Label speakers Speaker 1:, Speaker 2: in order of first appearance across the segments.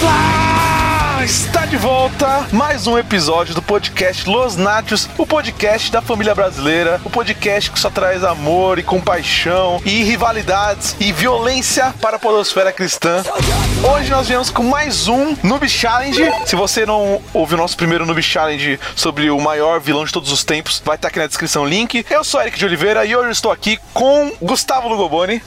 Speaker 1: Olá! Está de volta mais um episódio do podcast Los Nachos, o podcast da família brasileira, o podcast que só traz amor e compaixão e rivalidades e violência para a podosfera cristã. Hoje nós viemos com mais um Noob Challenge. Se você não ouviu o nosso primeiro Noob Challenge sobre o maior vilão de todos os tempos, vai estar aqui na descrição o link. Eu sou Eric de Oliveira e hoje eu estou aqui com Gustavo Lugoboni.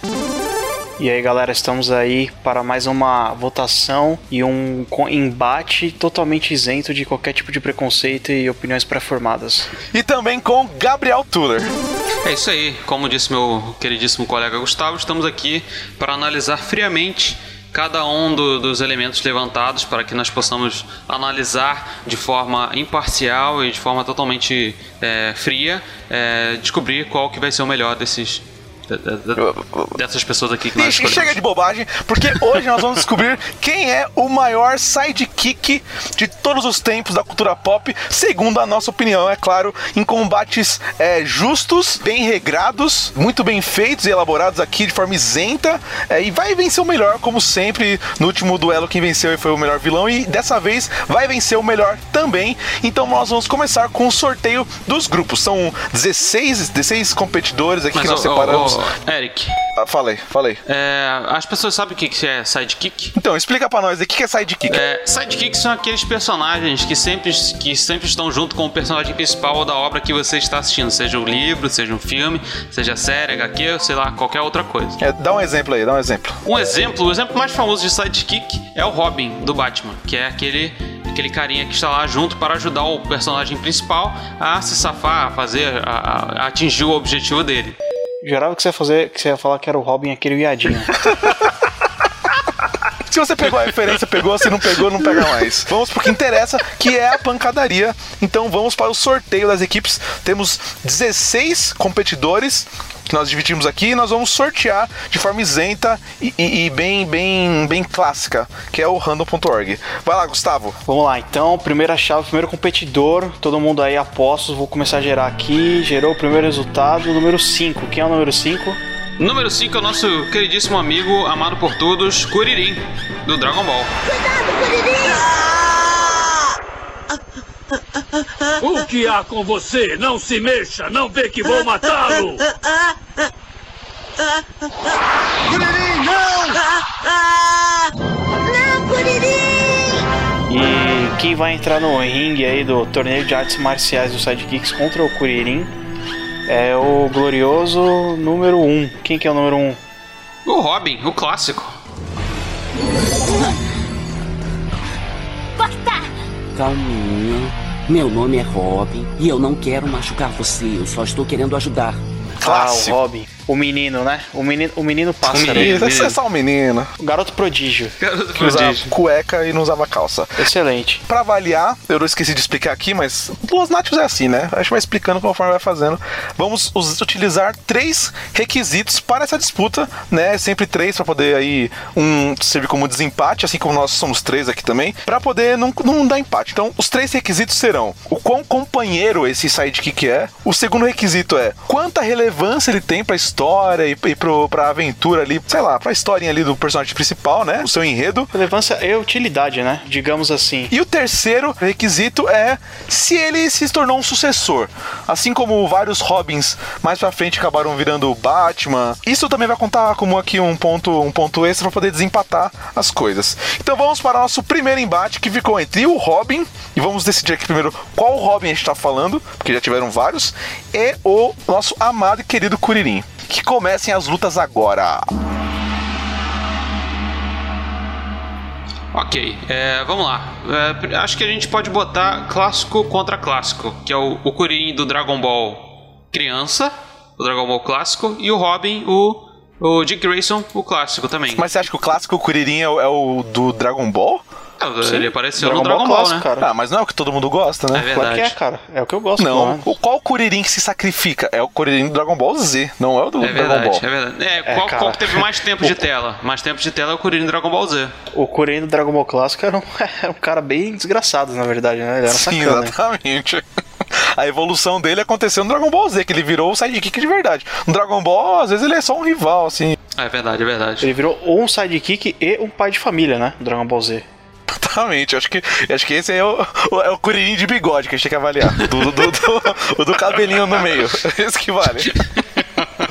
Speaker 2: E aí galera, estamos aí para mais uma votação e um co- embate totalmente isento de qualquer tipo de preconceito e opiniões pré-formadas.
Speaker 1: E também com Gabriel Tuller.
Speaker 3: É isso aí, como disse meu queridíssimo colega Gustavo, estamos aqui para analisar friamente cada um do- dos elementos levantados para que nós possamos analisar de forma imparcial e de forma totalmente eh, fria, eh, descobrir qual que vai ser o melhor desses de- de- de- dessas pessoas aqui que
Speaker 1: E
Speaker 3: nós
Speaker 1: che- chega de
Speaker 3: escolhemos.
Speaker 1: bobagem, porque hoje nós vamos descobrir quem é o maior sidekick de todos os tempos da cultura pop, segundo a nossa opinião, é claro, em combates é, justos, bem regrados, muito bem feitos e elaborados aqui de forma isenta, é, e vai vencer o melhor, como sempre. No último duelo, quem venceu foi o melhor vilão, e dessa vez vai vencer o melhor também. Então nós vamos começar com o sorteio dos grupos. São 16, 16 competidores aqui que nós
Speaker 3: ô, ô,
Speaker 1: separamos.
Speaker 3: ô, Eric,
Speaker 1: Ah, falei, falei.
Speaker 3: eh, as pessoas sabem o que que é sidekick?
Speaker 1: Então, explica pra nós aí, o que que é sidekick?
Speaker 3: É, sidekicks são aqueles personagens que sempre, que sempre estão junto com o personagem principal da obra que você está assistindo, seja um livro, seja um filme, seja série, HQ, sei lá, qualquer outra coisa.
Speaker 1: É, dá um exemplo aí, dá um exemplo.
Speaker 3: Um exemplo, o exemplo mais famoso de sidekick é o Robin do Batman, que é aquele aquele carinha que está lá junto para ajudar o personagem principal a se safar, a fazer, a, a- a atingir o objetivo dele.
Speaker 2: Jurava que você ia fazer, que você ia falar que era o Robin aquele viadinho.
Speaker 1: Se você pegou a referência, pegou, se não pegou, não pega mais. Vamos pro que interessa, que é a pancadaria. Então vamos para o sorteio das equipes. Temos 16 competidores que nós dividimos aqui e nós vamos sortear de forma isenta e, e- e bem, bem, bem clássica, que é o random.org. Vai lá, Gustavo.
Speaker 3: Ah,
Speaker 2: Vamos lá, então, primeira chave, primeiro competidor, todo mundo aí apostos, vou começar a gerar aqui, gerou o primeiro resultado, o número 5. Quem é o número 5?
Speaker 3: Número 5 é o nosso queridíssimo amigo, amado por todos, Kuririn, do Dragon Ball.
Speaker 4: O que há com você? Não se mexa, não vê que vou matá-lo!
Speaker 5: Ah! Não, Curirim!
Speaker 2: E quem vai entrar no ringue aí do torneio de artes marciais do Sidekicks contra o Kuririn é o glorioso número 1. Um. Quem que é o número 1? Um?
Speaker 3: O Robin, o clássico.
Speaker 6: Calminha. Meu nome é Robin e eu não quero machucar você, eu só estou querendo ajudar.
Speaker 2: Ah, o
Speaker 1: Clássico.
Speaker 2: Robin. O menino, né? O menino, o menino pássaro.
Speaker 3: O menino.
Speaker 1: Ih, Esse é só um menino
Speaker 2: O garoto prodígio.
Speaker 3: Garoto
Speaker 1: que usava
Speaker 3: prodígio.
Speaker 1: cueca e não usava calça.
Speaker 2: Excelente.
Speaker 1: Pra avaliar, eu não esqueci de explicar aqui, mas Los Nachos é assim, né? A gente vai explicando conforme vai fazendo. Vamos us- utilizar três requisitos para essa disputa, né? Sempre três pra poder aí um servir como desempate, assim como nós somos três aqui também, pra poder não, não dar empate. Então, os três requisitos serão o quão companheiro esse sidekick é, o segundo requisito é quanta relevância ele tem pra história e, e pro, pra aventura ali, sei lá, pra historinha ali do personagem principal, né? O seu enredo.
Speaker 2: Relevância e utilidade, né? Digamos assim.
Speaker 1: E o terceiro requisito é se ele se tornou um sucessor. Assim como vários Robins mais pra frente acabaram virando Batman, isso também vai contar como aqui um ponto, um ponto extra pra poder desempatar as coisas. Então vamos para o nosso primeiro embate que ficou entre o Robin, e vamos decidir aqui primeiro qual Robin a gente tá falando, porque já tiveram vários, e o nosso amado e querido Curirim. Que comecem as lutas agora.
Speaker 3: Ok, é, vamos lá. É, pr- acho que a gente pode botar clássico contra clássico, que é o, o Kuririn do Dragon Ball criança, o Dragon Ball clássico, e o Robin, o, o Dick Grayson, o clássico também.
Speaker 1: Mas você acha que o clássico Curirim é o- é o do Dragon Ball?
Speaker 3: Ah, ele apareceu no
Speaker 2: Dragon Ball
Speaker 3: Dragon Ball,
Speaker 2: clássico,
Speaker 3: né?
Speaker 2: cara.
Speaker 1: Ah, mas não é o que todo mundo gosta, né?
Speaker 3: É
Speaker 2: Claro que é,
Speaker 3: verdade.
Speaker 2: cara. É o que eu gosto.
Speaker 1: Não,
Speaker 2: mano.
Speaker 1: o, qual Kuririn que se sacrifica? É o Kuririn do Dragon Ball Z, não é o do
Speaker 3: É
Speaker 1: Dragon
Speaker 3: verdade, é
Speaker 1: Ball.
Speaker 3: verdade. É,
Speaker 2: É,
Speaker 3: qual, qual
Speaker 2: cara.
Speaker 3: que teve mais tempo de tela? Mais tempo de tela é o Kuririn do Dragon Ball Z.
Speaker 2: O Kuririn do Dragon Ball Clássico era um, era um cara bem desgraçado, na verdade, né? Ele era
Speaker 1: Sim,
Speaker 2: sacana.
Speaker 1: exatamente. A evolução dele aconteceu no Dragon Ball Z, que ele virou o sidekick de verdade. No Dragon Ball, às vezes ele é só um rival, assim.
Speaker 3: É verdade, é verdade.
Speaker 2: Ele virou ou um sidekick e um pai de família, né? do Dragon Ball Z.
Speaker 1: Exatamente. Eu acho que, eu acho que esse aí é o, o- é o curirim de bigode que a gente tem que avaliar. Do, do, do- o do cabelinho no meio. Esse que vale.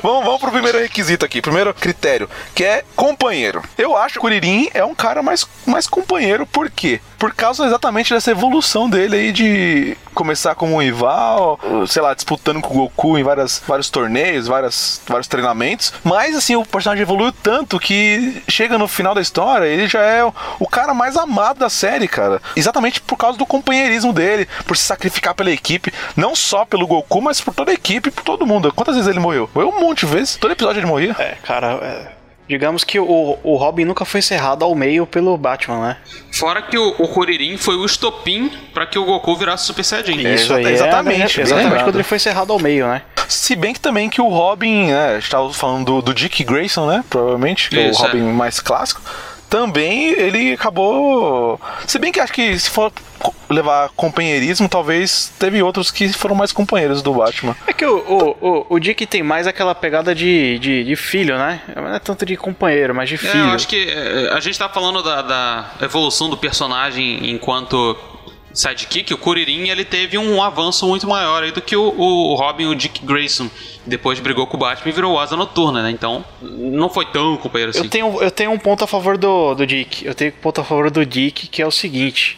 Speaker 1: Vamos, vamos pro primeiro requisito aqui, primeiro critério, que é companheiro. Eu acho que o Curirim é um cara mais, mais companheiro, por quê? Por causa exatamente dessa evolução dele aí de começar como um rival, ou, sei lá, disputando com o Goku em várias, vários torneios, várias, vários treinamentos. Mas assim, o personagem evoluiu tanto que chega no final da história, ele já é o, o cara mais amado da série, cara. Exatamente por causa do companheirismo dele, por se sacrificar pela equipe, não só pelo Goku, mas por toda a equipe, por todo mundo. Quantas vezes ele morreu? Morreu um monte de vezes. Todo episódio ele morria.
Speaker 2: É, cara, é, digamos que o, o Robin nunca foi cerrado ao meio pelo Batman, né?
Speaker 3: Fora que o, o Kuririn foi o estopim pra que o Goku virasse Super Saiyajin.
Speaker 1: É,
Speaker 2: Isso aí é
Speaker 1: exatamente,
Speaker 2: exatamente,
Speaker 1: bem
Speaker 2: exatamente
Speaker 1: lembrado.
Speaker 2: quando ele foi cerrado ao meio, né?
Speaker 1: Se bem que também que o Robin, né, a gente tava falando do, do Dick Grayson, né? Provavelmente, que é o
Speaker 3: Isso, é.
Speaker 1: Robin mais clássico. Também ele acabou. Se bem que acho que se for co- levar companheirismo, talvez teve outros que foram mais companheiros do Batman.
Speaker 2: É que o, o, o, o Dick tem mais aquela pegada de, de, de filho, né? Não é tanto de companheiro, mas de
Speaker 3: É,
Speaker 2: filho.
Speaker 3: eu acho que é, a gente tá falando da, da evolução do personagem enquanto sidekick. O Kuririn ele teve um avanço muito maior aí do que o, o Robin e o Dick Grayson. Depois brigou com o Batman e virou asa noturna, né? Então não foi tão companheiro assim.
Speaker 2: Eu tenho, eu tenho um ponto a favor do, do Dick. Eu tenho um ponto a favor do Dick, que é o seguinte.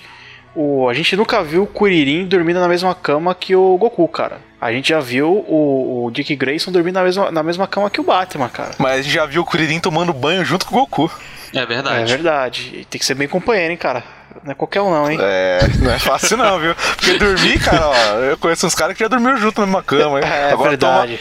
Speaker 2: O, a gente nunca viu o Kuririn dormindo na mesma cama que o Goku, cara. A gente já viu o, o Dick Grayson dormindo na mesma, na mesma cama que o Batman, cara.
Speaker 1: Mas a gente já viu o Kuririn tomando banho junto com o Goku.
Speaker 3: É
Speaker 2: É
Speaker 3: verdade.
Speaker 2: verdade. E Tem que ser bem companheiro, hein, cara. Não é qualquer um, não, hein?
Speaker 1: É, não é fácil não, viu? Porque dormir, cara, ó, eu conheço uns caras que já dormiram junto na mesma cama, hein?
Speaker 2: É,
Speaker 1: toma-
Speaker 2: verdade.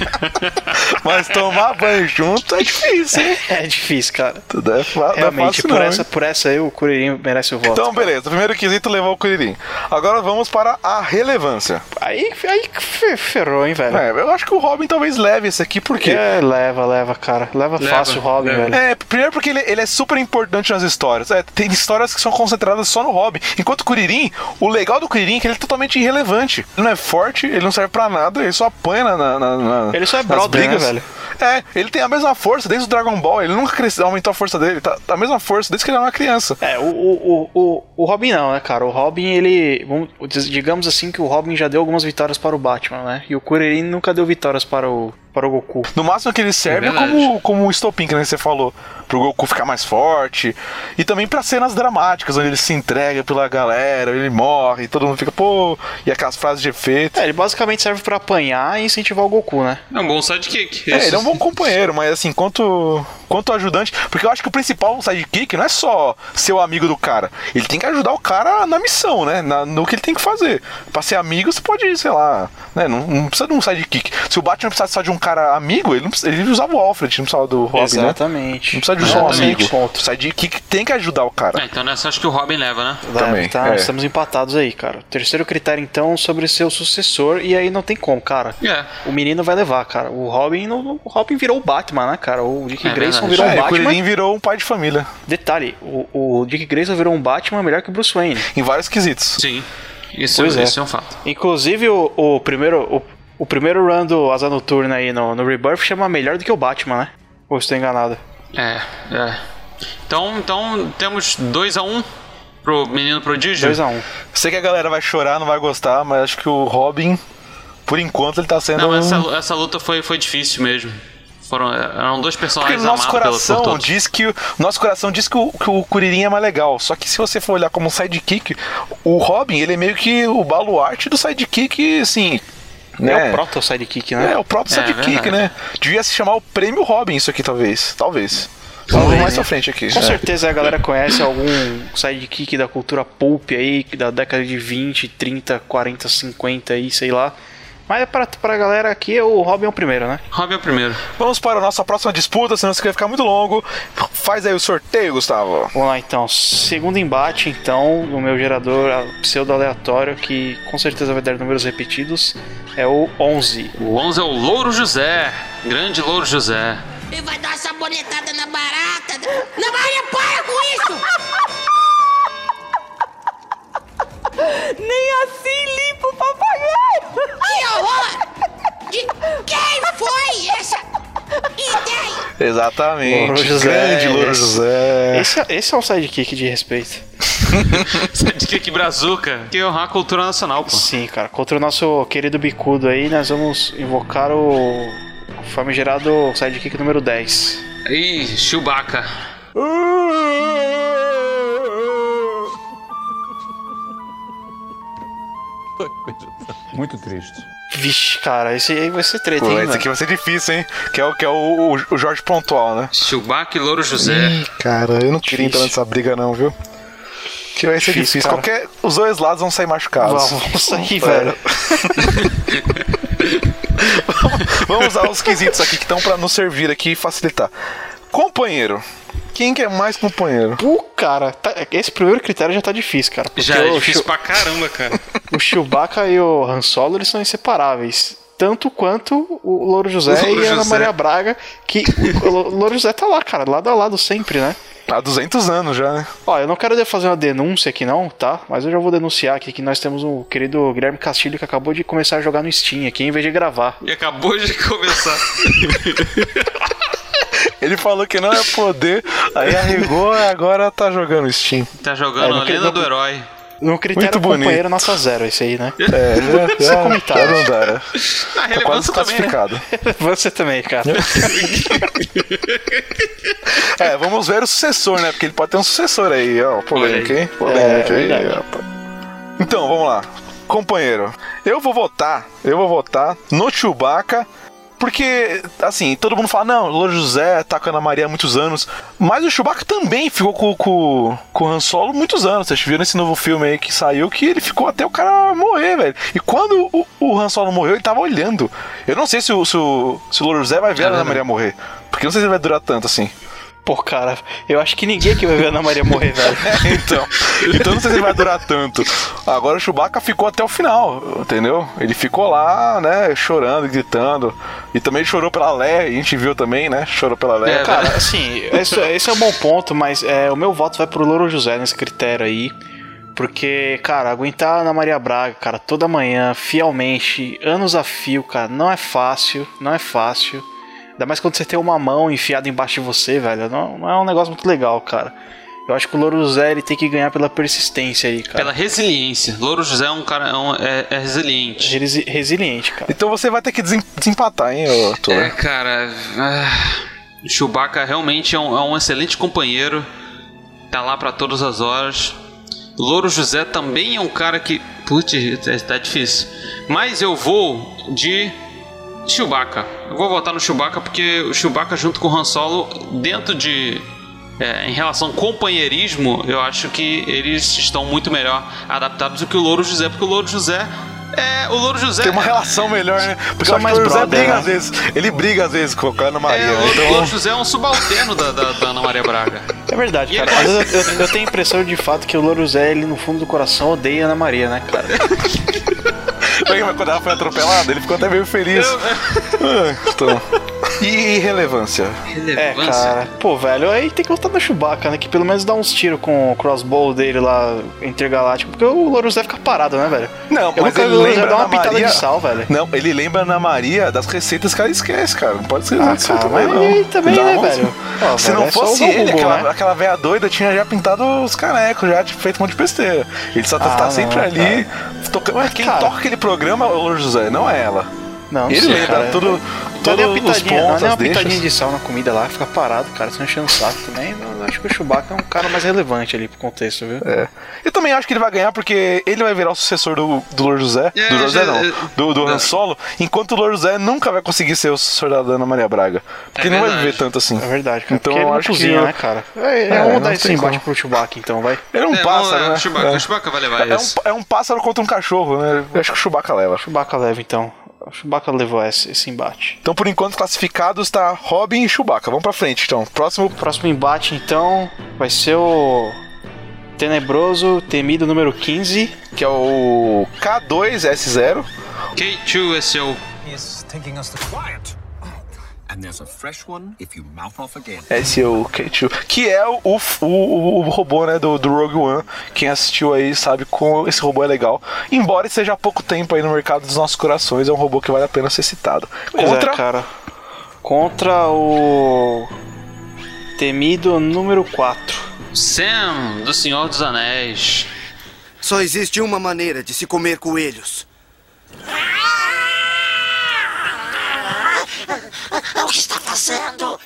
Speaker 1: Mas tomar banho junto é difícil, hein?
Speaker 2: É difícil, cara.
Speaker 1: Tudo é fa- não é
Speaker 2: Realmente,
Speaker 1: fácil
Speaker 2: por,
Speaker 1: não,
Speaker 2: essa,
Speaker 1: hein?
Speaker 2: por essa aí o Kuririn merece o voto.
Speaker 1: Então, beleza. O primeiro quesito levou o Kuririn. Agora vamos para a relevância.
Speaker 2: Aí, aí que fe- ferrou, hein, velho.
Speaker 1: É, eu acho que o Robin talvez leve esse aqui, por quê?
Speaker 2: É, leva, leva, cara. Leva,
Speaker 3: Leva,
Speaker 2: fácil o Robin,
Speaker 3: leva.
Speaker 2: velho.
Speaker 1: É, primeiro porque ele, ele é super importante nas histórias. É, tem histórias que são concentradas só no Robin. Enquanto o Kuririn, o legal do Kuririn é que ele é totalmente irrelevante. Ele não é forte, ele não serve pra nada, ele só apanha na, na, na- na-
Speaker 2: Ele só é
Speaker 1: nas
Speaker 2: brother, né,
Speaker 1: brigas.
Speaker 2: velho?
Speaker 1: É, ele tem a mesma força desde o Dragon Ball, ele nunca cresceu, aumentou a força dele, tá, tá a mesma força desde que ele era uma criança.
Speaker 2: É, o, o, o, o, o Robin não, né, cara? O Robin, ele. vamos dizer- digamos assim que o Robin já deu algumas vitórias para o Batman, né? E o Kuririn nunca deu vitórias para o, para o Goku.
Speaker 1: No máximo que ele serve é,
Speaker 3: verdade.
Speaker 1: como, como um estopim, que nem você falou. Pro Goku ficar mais forte. E também pra cenas dramáticas, onde ele se entrega pela galera, ele morre, todo mundo fica, pô, e aquelas frases de efeito.
Speaker 2: É, ele basicamente serve pra apanhar e incentivar o Goku, né?
Speaker 3: É, um bom sidekick.
Speaker 1: É,
Speaker 3: isso.
Speaker 1: ele é um bom companheiro, mas assim, quanto, quanto ajudante. Porque eu acho que o principal sidekick não é só ser o amigo do cara. Ele tem que ajudar o cara na missão, né? Na- no que ele tem que fazer. Pra ser amigo, você pode, sei lá, né? Não, não precisa de um sidekick. Se o Batman precisasse só de um cara amigo, ele, não precisa- ele usava o Alfred, não precisava do Robin, né?
Speaker 2: Exatamente.
Speaker 1: Não precisa de só um
Speaker 2: Exatamente.
Speaker 1: amigo.
Speaker 2: Ponto.
Speaker 1: Sidekick tem que ajudar o
Speaker 3: É,
Speaker 1: cara.
Speaker 3: então nessa acho que o Robin leva, né?
Speaker 2: Vai,
Speaker 1: Também,
Speaker 2: tá,
Speaker 1: é.
Speaker 2: estamos empatados aí, cara. Terceiro critério, então, sobre ser o sucessor, e aí não tem como, cara.
Speaker 3: É.
Speaker 2: O menino vai levar, cara. O Robin, não- o Robin virou o Batman, né, cara? O Dick
Speaker 3: É
Speaker 2: Grayson
Speaker 3: verdade.
Speaker 2: virou
Speaker 1: É,
Speaker 2: um
Speaker 1: o
Speaker 2: Batman.
Speaker 1: Kuririn virou um pai de família,
Speaker 2: Detalhe, o, o Dick Grayson virou um Batman melhor que o Bruce Wayne.
Speaker 1: em vários quesitos.
Speaker 3: Sim. Isso,
Speaker 2: Pois é.
Speaker 3: isso é um fato.
Speaker 2: Inclusive, o, o primeiro o, o primeiro run do Asa Noturna aí no, no Rebirth chama melhor do que o Batman, né? Ou estou enganado?
Speaker 3: É, é. Então, então temos 2 a 1 um pro menino prodígio.
Speaker 2: 2x1. Um.
Speaker 1: Sei que a galera vai chorar, não vai gostar, mas acho que o Robin, por enquanto, ele tá sendo.
Speaker 3: Não,
Speaker 1: um-
Speaker 3: essa, essa luta foi, foi difícil mesmo. Foram, eram dois
Speaker 1: Porque
Speaker 3: personagens
Speaker 1: o nosso
Speaker 3: amados pela,
Speaker 1: coração
Speaker 3: por todos.
Speaker 1: diz que o nosso coração diz que o, que o Kuririn é mais legal. Só que se você for olhar como um sidekick, o Robin ele é meio que o baluarte do sidekick, assim.
Speaker 2: É.
Speaker 1: Né?
Speaker 2: o proto sidekick, né?
Speaker 1: É, o próprio
Speaker 3: É,
Speaker 1: sidekick,
Speaker 3: verdade.
Speaker 1: né? Devia se chamar o Prêmio Robin isso aqui, talvez. Talvez. Vamos mais pra frente aqui.
Speaker 2: Com
Speaker 1: É.
Speaker 2: certeza a galera conhece algum sidekick da cultura pulp aí, da década de 20, 30, 40, 50 aí, sei lá. Mas é pra, pra galera aqui, o Robin é o primeiro, né?
Speaker 3: Robin é o primeiro.
Speaker 1: Vamos para a nossa próxima disputa, senão isso aqui vai ficar muito longo. Faz aí o sorteio, Gustavo.
Speaker 2: Vamos lá então, segundo embate então, no meu gerador a- pseudo-aleatório, que com certeza vai dar números repetidos, é o 11.
Speaker 3: O 11 é o Louro José. Grande Louro José.
Speaker 5: E vai dar essa bonetada na barata. Não, Maria, para com isso!
Speaker 7: Nem assim limpa o papagaio!
Speaker 5: Que horror! De quem foi essa ideia?
Speaker 1: Exatamente.
Speaker 2: Louro José.
Speaker 1: Grande Louro José.
Speaker 2: Esse, é- esse é um sidekick de respeito.
Speaker 3: Essa dica aqui, Brazuca, que é honrar a cultura nacional, pô.
Speaker 2: Sim, cara. Contra o nosso querido bicudo aí, nós vamos invocar o. o famigerado sidekick número 10.
Speaker 3: Ih, Chewbacca.
Speaker 8: Muito triste.
Speaker 2: Vixe, cara, esse aí vai ser treta,
Speaker 1: Pô,
Speaker 2: hein,
Speaker 1: esse
Speaker 2: mano?
Speaker 1: aqui vai ser difícil, hein? Que é o, que é o, o- o Jorge Pontual, né?
Speaker 3: Chewbacca e Louro José.
Speaker 1: Ih, Cara, eu não queria entrar nessa briga, não, viu? Que vai ser
Speaker 2: Difícil,
Speaker 1: difícil.
Speaker 2: cara.
Speaker 1: Qualquer, os dois lados vão sair machucados. É.
Speaker 2: Vamos, vamos sair, velho.
Speaker 1: Vamos usar os quesitos aqui que estão pra nos servir aqui e facilitar. Companheiro. Quem que é mais companheiro?
Speaker 2: Pô, cara, tá- esse primeiro critério já tá difícil, cara. porque
Speaker 3: Já é
Speaker 2: o
Speaker 3: difícil
Speaker 2: Chew-
Speaker 3: pra caramba, cara.
Speaker 2: O Chewbacca e o Han Solo, eles são inseparáveis. Tanto quanto o Louro José
Speaker 3: Louro
Speaker 2: e a Ana
Speaker 3: José.
Speaker 2: Maria Braga, que o Lo- Louro José tá lá, cara, lado a lado sempre, né?
Speaker 1: Há 200 anos já, né?
Speaker 2: Ó, eu não quero de- fazer uma denúncia aqui não, tá? Mas eu já vou denunciar aqui que nós temos o querido Guilherme Castilho que acabou de começar a jogar no Steam aqui, em vez de gravar.
Speaker 3: E acabou de começar.
Speaker 1: Ele falou que não ia poder, aí arregou e agora tá jogando Steam.
Speaker 3: Tá
Speaker 2: É,
Speaker 3: jogando
Speaker 2: não
Speaker 3: a lenda
Speaker 2: queria-
Speaker 3: do herói.
Speaker 2: No critério
Speaker 1: Muito bonito.
Speaker 2: companheiro, nota zero esse aí, né?
Speaker 1: É, já, já,
Speaker 2: comentário.
Speaker 1: já não dá. né?
Speaker 3: A
Speaker 1: Tá quase
Speaker 3: relevância também, né?
Speaker 1: classificado.
Speaker 2: Você também, cara.
Speaker 1: É, vamos ver o sucessor, né? Porque ele pode ter um sucessor aí, ó. Polêmica,
Speaker 3: Olha
Speaker 1: hein? Polêmica
Speaker 2: É,
Speaker 1: aí,
Speaker 2: verdade.
Speaker 1: rapaz. Então, vamos lá. Companheiro, eu vou votar, eu vou votar no Chewbacca, porque, assim, todo mundo fala, não, o Louro José tá com a Ana Maria há muitos anos, mas o Chewbacca também ficou com, com, com o Han Solo muitos anos. Vocês viram esse novo filme aí que saiu, que ele ficou até o cara morrer, velho. E quando o, o Han Solo morreu, ele tava olhando. Eu não sei se o, se o, se o Louro José vai ver a Ana Maria morrer, porque eu não sei se ele vai durar tanto assim.
Speaker 2: Pô, cara, eu acho que ninguém aqui vai ver a Ana Maria morrer, velho.
Speaker 1: É, então. Então não sei se ele vai durar tanto. Agora o Chewbacca ficou até o final, entendeu? Ele ficou lá, né, chorando, gritando. E também chorou pela Leia, a gente viu também, né? Chorou pela Leia.
Speaker 3: É,
Speaker 1: Cara,
Speaker 2: Cara, assim, esse, esse é um bom ponto, mas é, o meu voto vai pro Louro José nesse critério aí. Porque, cara, aguentar a Ana Maria Braga, cara, toda manhã, fielmente, anos a fio, cara, não é fácil, não é fácil. Ainda mais quando você tem uma mão enfiada embaixo de você, velho. Não, não é um negócio muito legal, cara. Eu acho que o Louro José ele tem que ganhar pela persistência aí, cara.
Speaker 3: Pela resiliência. Louro José é um cara é, um- é- é resiliente.
Speaker 2: Resi- Resiliente, cara.
Speaker 1: Então você vai ter que desem- desempatar, hein, ô Arthur?
Speaker 3: É, cara. ah, o Chewbacca realmente é um, é um excelente companheiro. Tá lá pra todas as horas. Louro José também é um cara que. Putz, tá- tá difícil. Mas eu vou de. Chewbacca. Eu vou votar no Chewbacca porque o Chewbacca junto com o Han Solo, dentro de. é, em relação ao companheirismo, eu acho que eles estão muito melhor adaptados do que o Louro José, porque o Louro José é. O Louro José.
Speaker 1: Tem uma relação melhor, né? Porque
Speaker 2: Só
Speaker 1: eu acho que
Speaker 2: mais
Speaker 1: o José
Speaker 2: brother,
Speaker 1: briga
Speaker 2: né?
Speaker 1: às vezes. Ele briga às vezes com a Ana Maria.
Speaker 3: É,
Speaker 1: né?
Speaker 3: o
Speaker 1: então,
Speaker 3: Louro José é um subalterno da, da- da Ana Maria Braga.
Speaker 2: É verdade,
Speaker 3: E
Speaker 2: cara.
Speaker 3: ele-
Speaker 2: Às vezes eu, eu- eu tenho a impressão de fato que o Louro José, ele no fundo do coração odeia a Ana Maria, né, cara?
Speaker 1: Lembra quando ela foi atropelada? Ele ficou até meio feliz. Ah, então. E, e relevância?
Speaker 2: É, cara. Pô, velho, aí tem que voltar no Chewbacca, né? Que pelo menos dá uns tiros com o crossbow dele lá intergaláctico. Porque o Louro José fica parado, né, velho?
Speaker 1: Não,
Speaker 2: Eu
Speaker 1: mas
Speaker 2: nunca vi
Speaker 1: ele
Speaker 2: o Louro
Speaker 1: lembra
Speaker 2: José dar
Speaker 1: um Ana
Speaker 2: uma pitada
Speaker 1: Maria-
Speaker 2: de sal, velho.
Speaker 1: Não, ele lembra a Ana Maria das receitas que ela esquece, cara. Não pode esquecer
Speaker 2: Ah,
Speaker 1: disso
Speaker 2: cara,
Speaker 1: também,
Speaker 2: mas
Speaker 1: não.
Speaker 2: aí também, né,
Speaker 1: Não,
Speaker 2: velho? Ó,
Speaker 1: Se
Speaker 2: velho,
Speaker 1: não
Speaker 2: é só
Speaker 1: fosse
Speaker 2: usar o
Speaker 1: ele,
Speaker 2: Google,
Speaker 1: aquela,
Speaker 2: né?
Speaker 1: aquela véia doida tinha já pintado os canecos, já tinha feito um monte de besteira. Ele só tá,
Speaker 2: Ah,
Speaker 1: tá
Speaker 2: não,
Speaker 1: sempre
Speaker 2: cara.
Speaker 1: ali. Tocando. Ué, quem
Speaker 2: cara.
Speaker 1: toca aquele programa é o Louro José, não é ela.
Speaker 2: Não,
Speaker 1: ele
Speaker 2: sei,
Speaker 1: lembra
Speaker 2: cara.
Speaker 1: tudo,
Speaker 2: Dá nem uma
Speaker 1: todos os
Speaker 2: pitadinha,
Speaker 1: pontos,
Speaker 2: dá nem
Speaker 1: as
Speaker 2: uma pitadinha
Speaker 1: deixas.
Speaker 2: de sal na comida lá, fica parado, cara, você não enchendo o saco também. Eu acho que o Chewbacca é um cara mais relevante ali pro contexto, viu?
Speaker 1: É. Eu também acho que ele vai ganhar porque ele vai virar o sucessor do, do Louro José.
Speaker 3: É,
Speaker 1: do Louro José,
Speaker 3: já-
Speaker 1: não. Do, do Han Solo. Enquanto o Louro José nunca vai conseguir ser o sucessor da Ana Maria Braga. Porque
Speaker 3: É
Speaker 1: ele não vai
Speaker 3: verdade.
Speaker 1: viver tanto assim.
Speaker 2: É verdade, cara.
Speaker 1: Então
Speaker 2: porque ele
Speaker 1: eu
Speaker 2: não
Speaker 1: acho que
Speaker 2: cozinha,
Speaker 1: eu-
Speaker 2: né, cara? É,
Speaker 1: É,
Speaker 2: vamos
Speaker 1: não
Speaker 2: dar
Speaker 1: tem
Speaker 2: esse embate
Speaker 1: como.
Speaker 2: pro Chewbacca, então, vai.
Speaker 1: Ele é um
Speaker 3: É, não,
Speaker 1: pássaro,
Speaker 3: é,
Speaker 1: né?
Speaker 3: O Chewbacca,
Speaker 1: É.
Speaker 3: o Chewbacca vai levar
Speaker 1: É um,
Speaker 3: isso.
Speaker 1: é um pássaro contra um cachorro, né? Eu acho que o Chewbacca leva.
Speaker 2: Chewbacca leva, então. O Chewbacca levou esse, esse embate.
Speaker 1: Então, por enquanto, classificados tá Robin e Chewbacca. Vamos pra frente, então. Próximo.
Speaker 2: O próximo embate, então, vai ser o tenebroso, temido número 15.
Speaker 1: Que é o K2S0.
Speaker 3: K2 é seu.
Speaker 1: Esse é o K2. Que é o, o, o, o robô, né? Do, do Rogue One. Quem assistiu aí sabe como esse robô é legal. Embora seja há pouco tempo aí no mercado dos nossos corações, é um robô que vale a pena ser citado.
Speaker 2: Pois
Speaker 1: Contra.
Speaker 2: É, cara. Contra o temido número 4.
Speaker 3: Sam, do Senhor dos Anéis.
Speaker 9: Só existe uma maneira de se comer coelhos.
Speaker 5: Ah! O que está fazendo?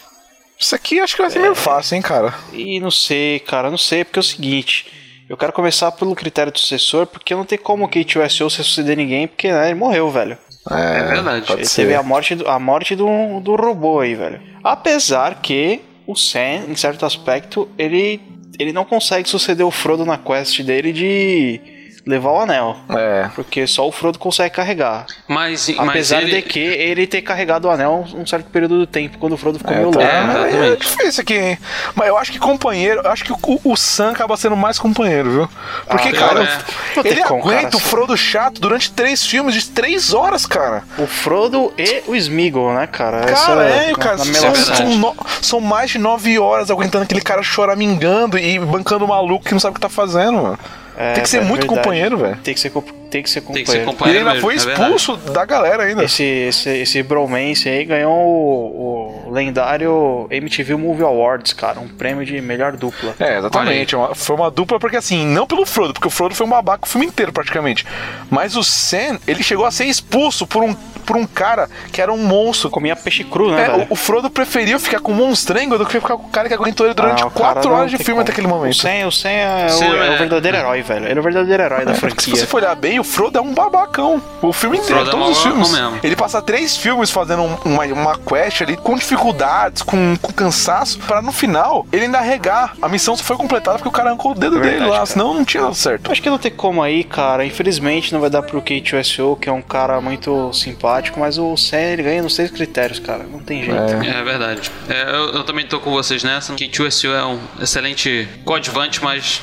Speaker 1: Isso aqui acho que vai ser meio fácil, hein, cara.
Speaker 2: E não sei, cara, não sei, porque é o seguinte. Eu quero começar pelo critério do sucessor, porque não tem como o Kate USO suceder ninguém, porque né, ele morreu, velho.
Speaker 1: É,
Speaker 3: verdade.
Speaker 1: Pode
Speaker 2: Ele
Speaker 1: ser.
Speaker 2: teve a morte, do, a morte do, do robô aí, velho. Apesar que o Sam, em certo aspecto, ele, ele não consegue suceder o Frodo na quest dele de levar o anel.
Speaker 1: É.
Speaker 2: Porque só o Frodo consegue carregar.
Speaker 3: Mas, mas
Speaker 2: Apesar
Speaker 3: ele...
Speaker 2: de que ele ter carregado o anel um certo período do tempo, quando o Frodo ficou
Speaker 1: É,
Speaker 2: meio
Speaker 1: tá-
Speaker 2: louco. né?
Speaker 3: É,
Speaker 1: é, é
Speaker 3: exatamente.
Speaker 1: difícil aqui, hein? Mas eu acho que companheiro, eu acho que o, o Sam acaba sendo mais companheiro, viu? Porque,
Speaker 2: Ah,
Speaker 1: cara,
Speaker 3: é.
Speaker 2: Não tem
Speaker 1: ele
Speaker 2: como, cara,
Speaker 1: aguenta o
Speaker 2: assim.
Speaker 1: Frodo chato durante três filmes de três horas, cara.
Speaker 2: O Frodo e o Smeagol, né, cara?
Speaker 1: Cara,
Speaker 2: Essa-
Speaker 1: é, cara.
Speaker 2: na
Speaker 1: São,
Speaker 2: melancia.
Speaker 1: são, no- são mais de nove horas aguentando aquele cara choramingando e bancando o maluco que não sabe o que tá fazendo, mano.
Speaker 2: É,
Speaker 1: Tem que ser
Speaker 2: velho,
Speaker 1: muito
Speaker 2: verdade.
Speaker 1: companheiro, velho.
Speaker 2: Tem que ser, comp- tem que ser
Speaker 3: Tem que
Speaker 1: E ele
Speaker 2: companheiro.
Speaker 3: ser companheiro
Speaker 1: ainda
Speaker 3: mesmo,
Speaker 1: foi
Speaker 3: é verdade.
Speaker 1: expulso da galera ainda.
Speaker 2: Esse, esse, esse bromance aí ganhou o, o lendário MTV Movie Awards, cara. Um prêmio de melhor dupla.
Speaker 1: É, exatamente. Uma- foi uma dupla, porque assim, não pelo Frodo, porque o Frodo foi um babaca o filme inteiro, praticamente. Mas o Sam, ele chegou a ser expulso por um, por um cara que era um monstro.
Speaker 2: Comia peixe cru, né,
Speaker 1: É,
Speaker 2: velho?
Speaker 1: o, o Frodo preferiu ficar com um monstrengo do que ficar com o cara que aguentou ele durante
Speaker 2: Ah, o cara
Speaker 1: quatro
Speaker 2: não
Speaker 1: horas de
Speaker 2: tem
Speaker 1: filme
Speaker 2: como.
Speaker 1: até aquele
Speaker 2: O
Speaker 1: momento.
Speaker 2: Sam, o Sam é, o-
Speaker 3: Sam
Speaker 2: é
Speaker 3: é-
Speaker 2: o verdadeiro herói, velho. Ele é o verdadeiro herói da
Speaker 1: Porque se
Speaker 2: franquia.
Speaker 1: você for olhar bem, o Frodo é um babacão. O filme inteiro,
Speaker 3: Frodo é um
Speaker 1: todos os
Speaker 3: babacão
Speaker 1: filmes.
Speaker 3: mesmo.
Speaker 1: Ele passa três filmes fazendo um- uma, uma quest ali com dificuldades, com, com cansaço, pra no final ele ainda regar. A missão só foi completada porque o cara arrancou o dedo
Speaker 2: Verdade,
Speaker 1: dele lá,
Speaker 2: cara.
Speaker 1: senão não tinha dado certo.
Speaker 2: Acho que não tem como aí, cara. Infelizmente não vai dar pro Kate USO, que é um cara muito simpático, mas o Sam ele ganha nos seis critérios, cara. Não tem jeito.
Speaker 3: É verdade. É, eu, eu também tô com vocês nessa. Que Tio SEO é um excelente coadjuvante, mas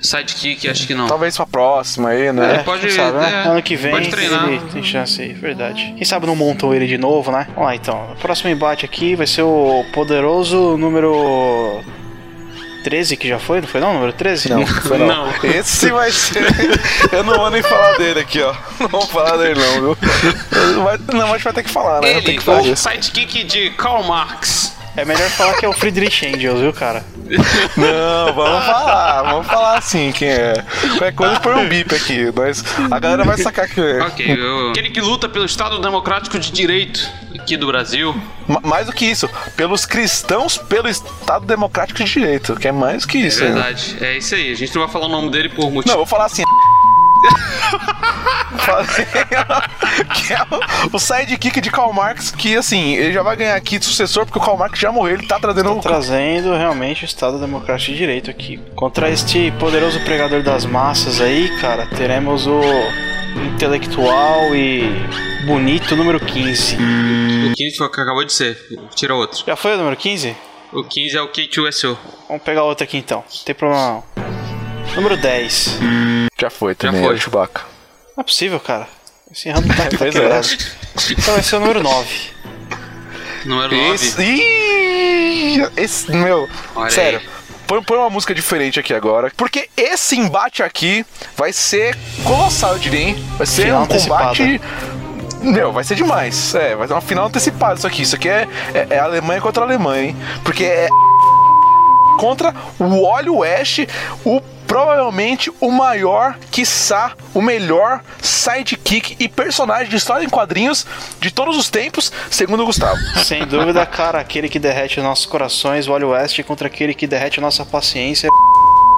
Speaker 3: sidekick acho que não.
Speaker 1: Talvez pra próxima aí, né?
Speaker 3: É, pode-
Speaker 2: quem sabe, né?
Speaker 3: é,
Speaker 2: ano que vem
Speaker 3: pode treinar.
Speaker 2: ele tem chance aí, verdade. Quem sabe não montam ele de novo, né? Vamos lá então. O próximo embate aqui vai ser o poderoso número 13, que já foi, não foi não? Número 13?
Speaker 1: Não, foi não.
Speaker 3: Não.
Speaker 1: Esse vai ser. Eu não vou nem falar dele aqui, ó. Não vou falar dele, não, viu? Vai- Não, mas vai ter que falar, né? Tem
Speaker 3: Ele,
Speaker 1: que falar
Speaker 3: o
Speaker 1: disso.
Speaker 3: sidekick de Karl Marx.
Speaker 2: É melhor falar que é o Friedrich Engels, viu, cara?
Speaker 1: Não, vamos falar. Vamos falar assim quem é. Qualquer coisa põe um bip aqui. Mas a galera vai sacar que é.
Speaker 3: Ok, eu... aquele que luta pelo Estado Democrático de Direito aqui do Brasil.
Speaker 1: Ma- Mais do que isso, pelos cristãos, pelo Estado Democrático de Direito, que é mais do que
Speaker 3: É
Speaker 1: isso. né?
Speaker 3: verdade, é isso aí. A gente não vai falar o nome dele por
Speaker 1: Não, eu
Speaker 3: motivo.
Speaker 1: vou falar assim. Falei que é o, o sidekick de Karl Marx, que assim, ele já vai ganhar aqui de sucessor, porque o Karl Marx já morreu, ele tá trazendo o.
Speaker 2: Trazendo realmente o Estado Democrático de Direito aqui. Contra este poderoso pregador das massas aí, cara, teremos o intelectual e bonito número 15.
Speaker 3: O 15 foi o que acabou de ser. Tira outro.
Speaker 2: Já foi o número 15?
Speaker 3: O 15 é o Kate USO.
Speaker 2: Vamos pegar outra aqui então. Não tem problema não. Número 10. Não
Speaker 1: Já foi também,
Speaker 3: foi.
Speaker 1: era o Chewbacca.
Speaker 2: é possível, cara. Esse ramo tá, tá
Speaker 1: Pois é.
Speaker 2: quebrado. Então vai ser o número 9.
Speaker 3: Número 9.
Speaker 1: Esse. Ih, Esse, meu.
Speaker 3: Olha
Speaker 1: sério.
Speaker 3: aí.
Speaker 1: Põe, põe uma música diferente aqui agora. Porque esse embate aqui vai ser colossal, eu diria, hein? Vai ser
Speaker 2: Final
Speaker 1: um combate. Meu, vai ser demais. É, vai ser uma final antecipada isso aqui. Isso aqui é, é, é Alemanha contra Alemanha, hein? Porque é contra o óleo West, o provavelmente o maior, quiçá o melhor sidekick e personagem de história em quadrinhos de todos os tempos, segundo o Gustavo.
Speaker 2: Sem dúvida, cara, aquele que derrete os nossos corações, o Olho West, contra aquele que derrete a nossa paciência.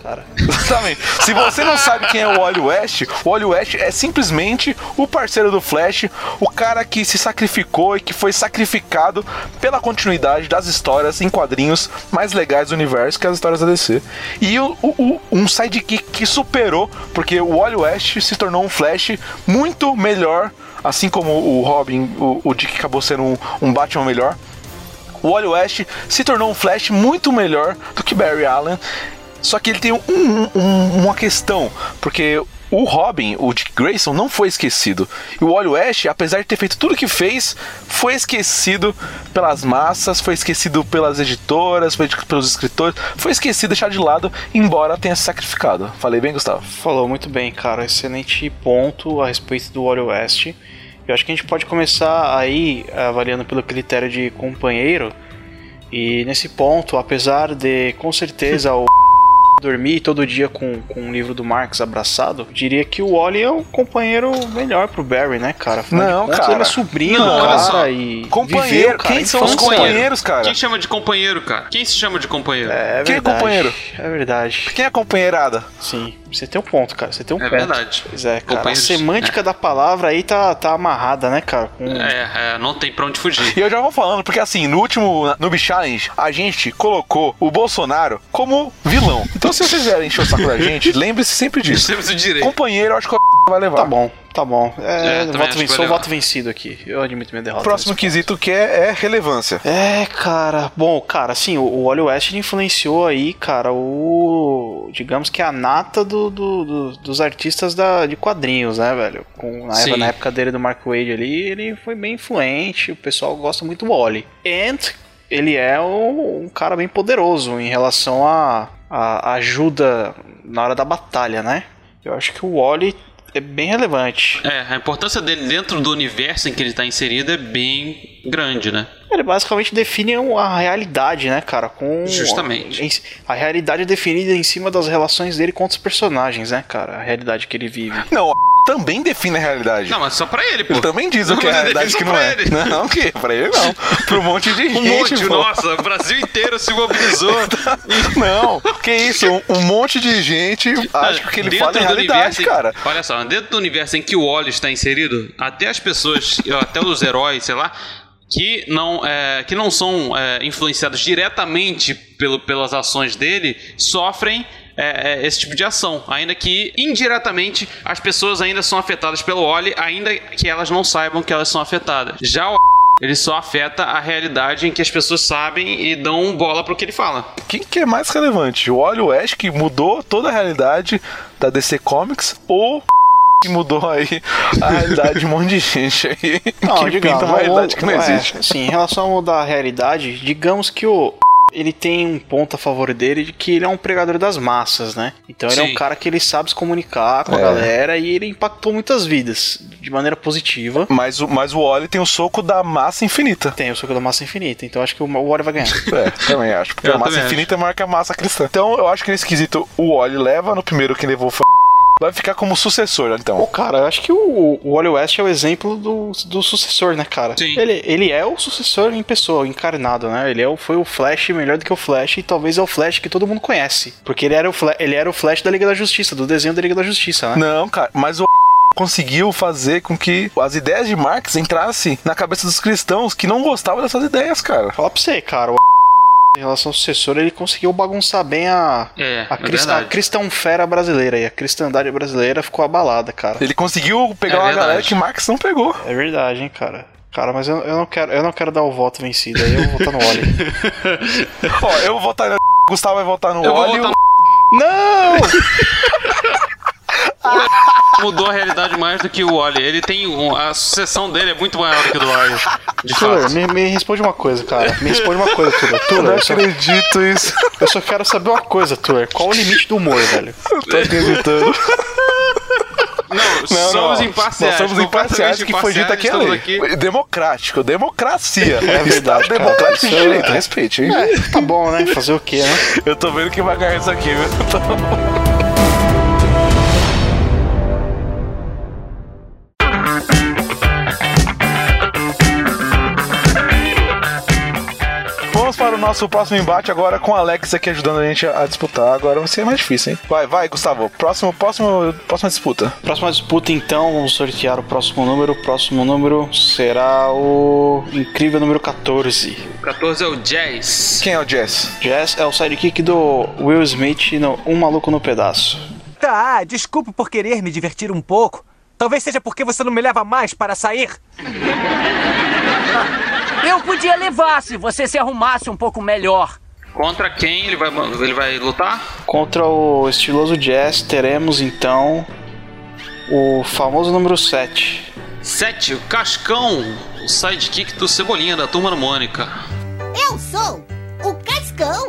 Speaker 2: Cara,
Speaker 1: Exatamente. Se você não sabe quem é o Wally West, o Wally West é simplesmente o parceiro do Flash, o cara que se sacrificou e que foi sacrificado pela continuidade das histórias em quadrinhos mais legais do universo, que é as histórias da DC. E o, o- o- um sidekick que superou, porque o Wally West se tornou um Flash muito melhor, assim como o Robin, o, o Dick acabou sendo um- um Batman melhor o Wally West se tornou um Flash muito melhor do que Barry Allen. Só que ele tem um- um- uma questão, porque o Robin, o Dick Grayson, não foi esquecido. E o Wally West, apesar de ter feito tudo que fez, foi esquecido pelas massas, foi esquecido pelas editoras, foi esquecido pelos escritores, foi esquecido, deixado de lado, embora tenha se sacrificado. Falei bem, Gustavo?
Speaker 2: falou muito bem, cara. Excelente ponto a respeito do Olho West. Eu acho que a gente pode começar aí avaliando pelo critério de companheiro. E nesse ponto, apesar de com certeza o dormir todo dia com, com um livro do Marx abraçado, eu diria que o Wally é um companheiro melhor pro Barry, né, cara? Afinal de
Speaker 1: Não,
Speaker 2: contas,
Speaker 1: cara.
Speaker 2: Ele é sobrinho,
Speaker 3: Não, olha
Speaker 2: cara,
Speaker 3: só.
Speaker 2: e
Speaker 1: Companheiro,
Speaker 2: viveu, cara,
Speaker 1: quem
Speaker 2: a
Speaker 1: são os
Speaker 2: infância.
Speaker 1: companheiros? cara.
Speaker 3: Quem chama de companheiro, cara? Quem se chama de companheiro?
Speaker 2: É
Speaker 1: Quem é
Speaker 2: verdade.
Speaker 1: companheiro?
Speaker 2: É verdade.
Speaker 1: Quem é a companheirada?
Speaker 2: Sim, você tem um ponto, cara. Você tem um
Speaker 3: É
Speaker 2: ponto.
Speaker 3: verdade.
Speaker 2: Pois é, cara. A
Speaker 3: Companheiros. né?
Speaker 2: semântica da palavra aí tá, tá amarrada, né, cara? Com...
Speaker 3: É, é, não tem pra onde
Speaker 1: E
Speaker 3: fugir.
Speaker 1: eu já vou falando, porque assim, no último Noob Challenge, a gente colocou o Bolsonaro como vilão. Então, se vocês quiserem encher o saco da gente, lembre-se sempre
Speaker 3: Nós
Speaker 1: disso.
Speaker 3: temos o direito.
Speaker 1: Companheiro, eu acho que o vai levar.
Speaker 2: Tá bom, tá bom. É,
Speaker 3: É, também
Speaker 2: voto
Speaker 3: acho que
Speaker 2: vencido,
Speaker 3: vai
Speaker 2: sou
Speaker 3: levar.
Speaker 2: voto vencido aqui. Eu admito minha derrota.
Speaker 1: Próximo quesito que é, é relevância.
Speaker 2: É, cara. Bom, cara, assim, o- o Wally West ele influenciou aí, cara, o. Digamos que a nata do, do- do- dos artistas da, de quadrinhos, né, velho? Com, na, época,
Speaker 3: Sim.
Speaker 2: na época dele do Mark Wade ali, ele foi bem influente, o pessoal gosta muito do Wally. And ele é um, um cara bem poderoso em relação à à ajuda na hora da batalha, né? Eu acho que o Wally é bem relevante.
Speaker 3: É, a importância dele dentro do universo em que ele tá inserido é bem grande, né?
Speaker 2: Ele basicamente define um- a realidade, né, cara? Com
Speaker 3: Justamente.
Speaker 2: em- A, realidade é definida em cima das relações dele com outros personagens, né, cara? A realidade que ele vive.
Speaker 1: Não, também define a realidade.
Speaker 3: Não, mas só pra ele, pô.
Speaker 1: Ele também diz o que é a
Speaker 3: Mas ele
Speaker 1: realidade
Speaker 3: só
Speaker 1: que não
Speaker 3: pra
Speaker 1: é.
Speaker 3: ele.
Speaker 1: Não, que pra ele não. Pra um monte de
Speaker 3: Um
Speaker 1: gente.
Speaker 3: monte,
Speaker 1: pô.
Speaker 3: nossa, o Brasil inteiro se mobilizou.
Speaker 1: Não, que isso? Um, um monte de gente acha que o que ele fala é realidade,
Speaker 3: em-
Speaker 1: cara.
Speaker 3: Olha só, dentro do universo em que o Wally está inserido, até as pessoas, até os heróis, sei lá, que não, é, que não são é, influenciados diretamente pelo, pelas ações dele, sofrem é, é, esse tipo de ação. Ainda que indiretamente as pessoas ainda são afetadas pelo Wally, ainda que elas não saibam que elas são afetadas. Já o ele só afeta a realidade em que as pessoas sabem e dão bola pro que ele fala.
Speaker 1: Quem que é mais relevante? O Wally West, que mudou toda a realidade da DC Comics, ou que mudou aí a realidade de um monte de gente aí que pinta uma realidade que não
Speaker 2: é,
Speaker 1: existe.
Speaker 2: Sim, em relação ao da realidade, digamos que o. Ele tem um ponto a favor dele de que ele é um pregador das massas, né? Então ele é um
Speaker 3: Sim.
Speaker 2: cara que ele sabe se comunicar com a galera e ele impactou muitas vidas de maneira positiva.
Speaker 1: Mas, o- mas o Wally tem o soco da massa infinita.
Speaker 2: Tem o soco da massa infinita, então acho que o Wally vai ganhar.
Speaker 1: É, também acho. Porque
Speaker 3: Eu
Speaker 1: a massa
Speaker 3: também acho.
Speaker 1: infinita é maior que a massa cristã. Então eu acho que nesse esquisito o Wally leva no primeiro que levou foi vai ficar como sucessor,
Speaker 2: Pô,
Speaker 1: então.
Speaker 2: cara, eu acho que o, o Wally West é o exemplo do, do sucessor, né, cara?
Speaker 3: Sim.
Speaker 2: Ele, ele é o sucessor em pessoa, encarnado, né? Ele é o, foi o Flash melhor do que o Flash e talvez é o Flash que todo mundo conhece. Porque ele era o, Fla- ele era o Flash da Liga da Justiça, do desenho da Liga da Justiça, né?
Speaker 1: Não, cara, mas o conseguiu fazer com que as ideias de Marx entrassem na cabeça dos cristãos que não gostavam dessas ideias, cara.
Speaker 2: Fala pra você, cara, o em relação ao sucessor, ele conseguiu bagunçar bem a,
Speaker 3: É,
Speaker 2: a,
Speaker 3: é
Speaker 2: crist- a
Speaker 3: verdade.
Speaker 2: cristão fera brasileira e a cristandade brasileira ficou abalada, cara.
Speaker 1: Ele conseguiu pegar
Speaker 3: É
Speaker 1: uma
Speaker 3: verdade.
Speaker 1: galera que Marx não pegou.
Speaker 2: É verdade, hein, cara. Cara, mas eu, eu não quero, eu não quero dar o voto vencido, aí eu vou votar no Wally.
Speaker 1: Ó, eu vou votar no Gustavo vai votar no
Speaker 3: Eu vou
Speaker 1: óleo.
Speaker 3: votar
Speaker 2: não!
Speaker 3: mudou a realidade mais do que o Wally. Ele tem um, a sucessão dele é muito maior do que o do Wally. De
Speaker 2: Tuller,
Speaker 3: fato.
Speaker 2: me, me responde uma coisa, cara. Me responde uma coisa,
Speaker 1: Eu
Speaker 2: Tuller.
Speaker 1: não
Speaker 2: Tuller, eu só,
Speaker 1: acredito isso.
Speaker 2: eu só quero saber uma coisa, Tuller. Qual o limite do humor, velho?
Speaker 1: Eu tô acreditando.
Speaker 3: Não,
Speaker 1: Não,
Speaker 3: somos
Speaker 1: não.
Speaker 3: imparciais.
Speaker 1: Nós somos
Speaker 3: completamente
Speaker 1: imparciais que foi dito aqui,
Speaker 3: estamos
Speaker 1: ali. Democrático, democracia. É verdade, democrático de
Speaker 2: Isso é-
Speaker 1: direito. Respeite, hein?
Speaker 2: É, tá bom, né? Fazer o quê, né?
Speaker 1: Eu tô vendo que vai ganhar isso aqui, viu? Tá Vamos para o nosso próximo embate agora com a Alex aqui ajudando a gente a a disputar. Agora vai ser mais difícil, hein? Vai, vai, Gustavo. Próximo, próximo, próxima disputa.
Speaker 2: Próxima disputa, então, vamos sortear o próximo número. O próximo número será o incrível número 14.
Speaker 3: 14 é o Jazz.
Speaker 1: Quem é o Jess?
Speaker 2: Jazz é o sidekick do Will Smith no Um Maluco no Pedaço.
Speaker 10: Tá, desculpe por querer me divertir um pouco. Talvez seja porque você não me leva mais para sair.
Speaker 5: Eu podia levar se você se arrumasse um pouco melhor.
Speaker 3: Contra quem ele vai, ele vai lutar?
Speaker 2: Contra o estiloso Jazz, teremos, então, o famoso número 7.
Speaker 3: 7. O Cascão. O sidekick do Cebolinha, da Turma da Mônica.
Speaker 5: Eu sou o Cascão.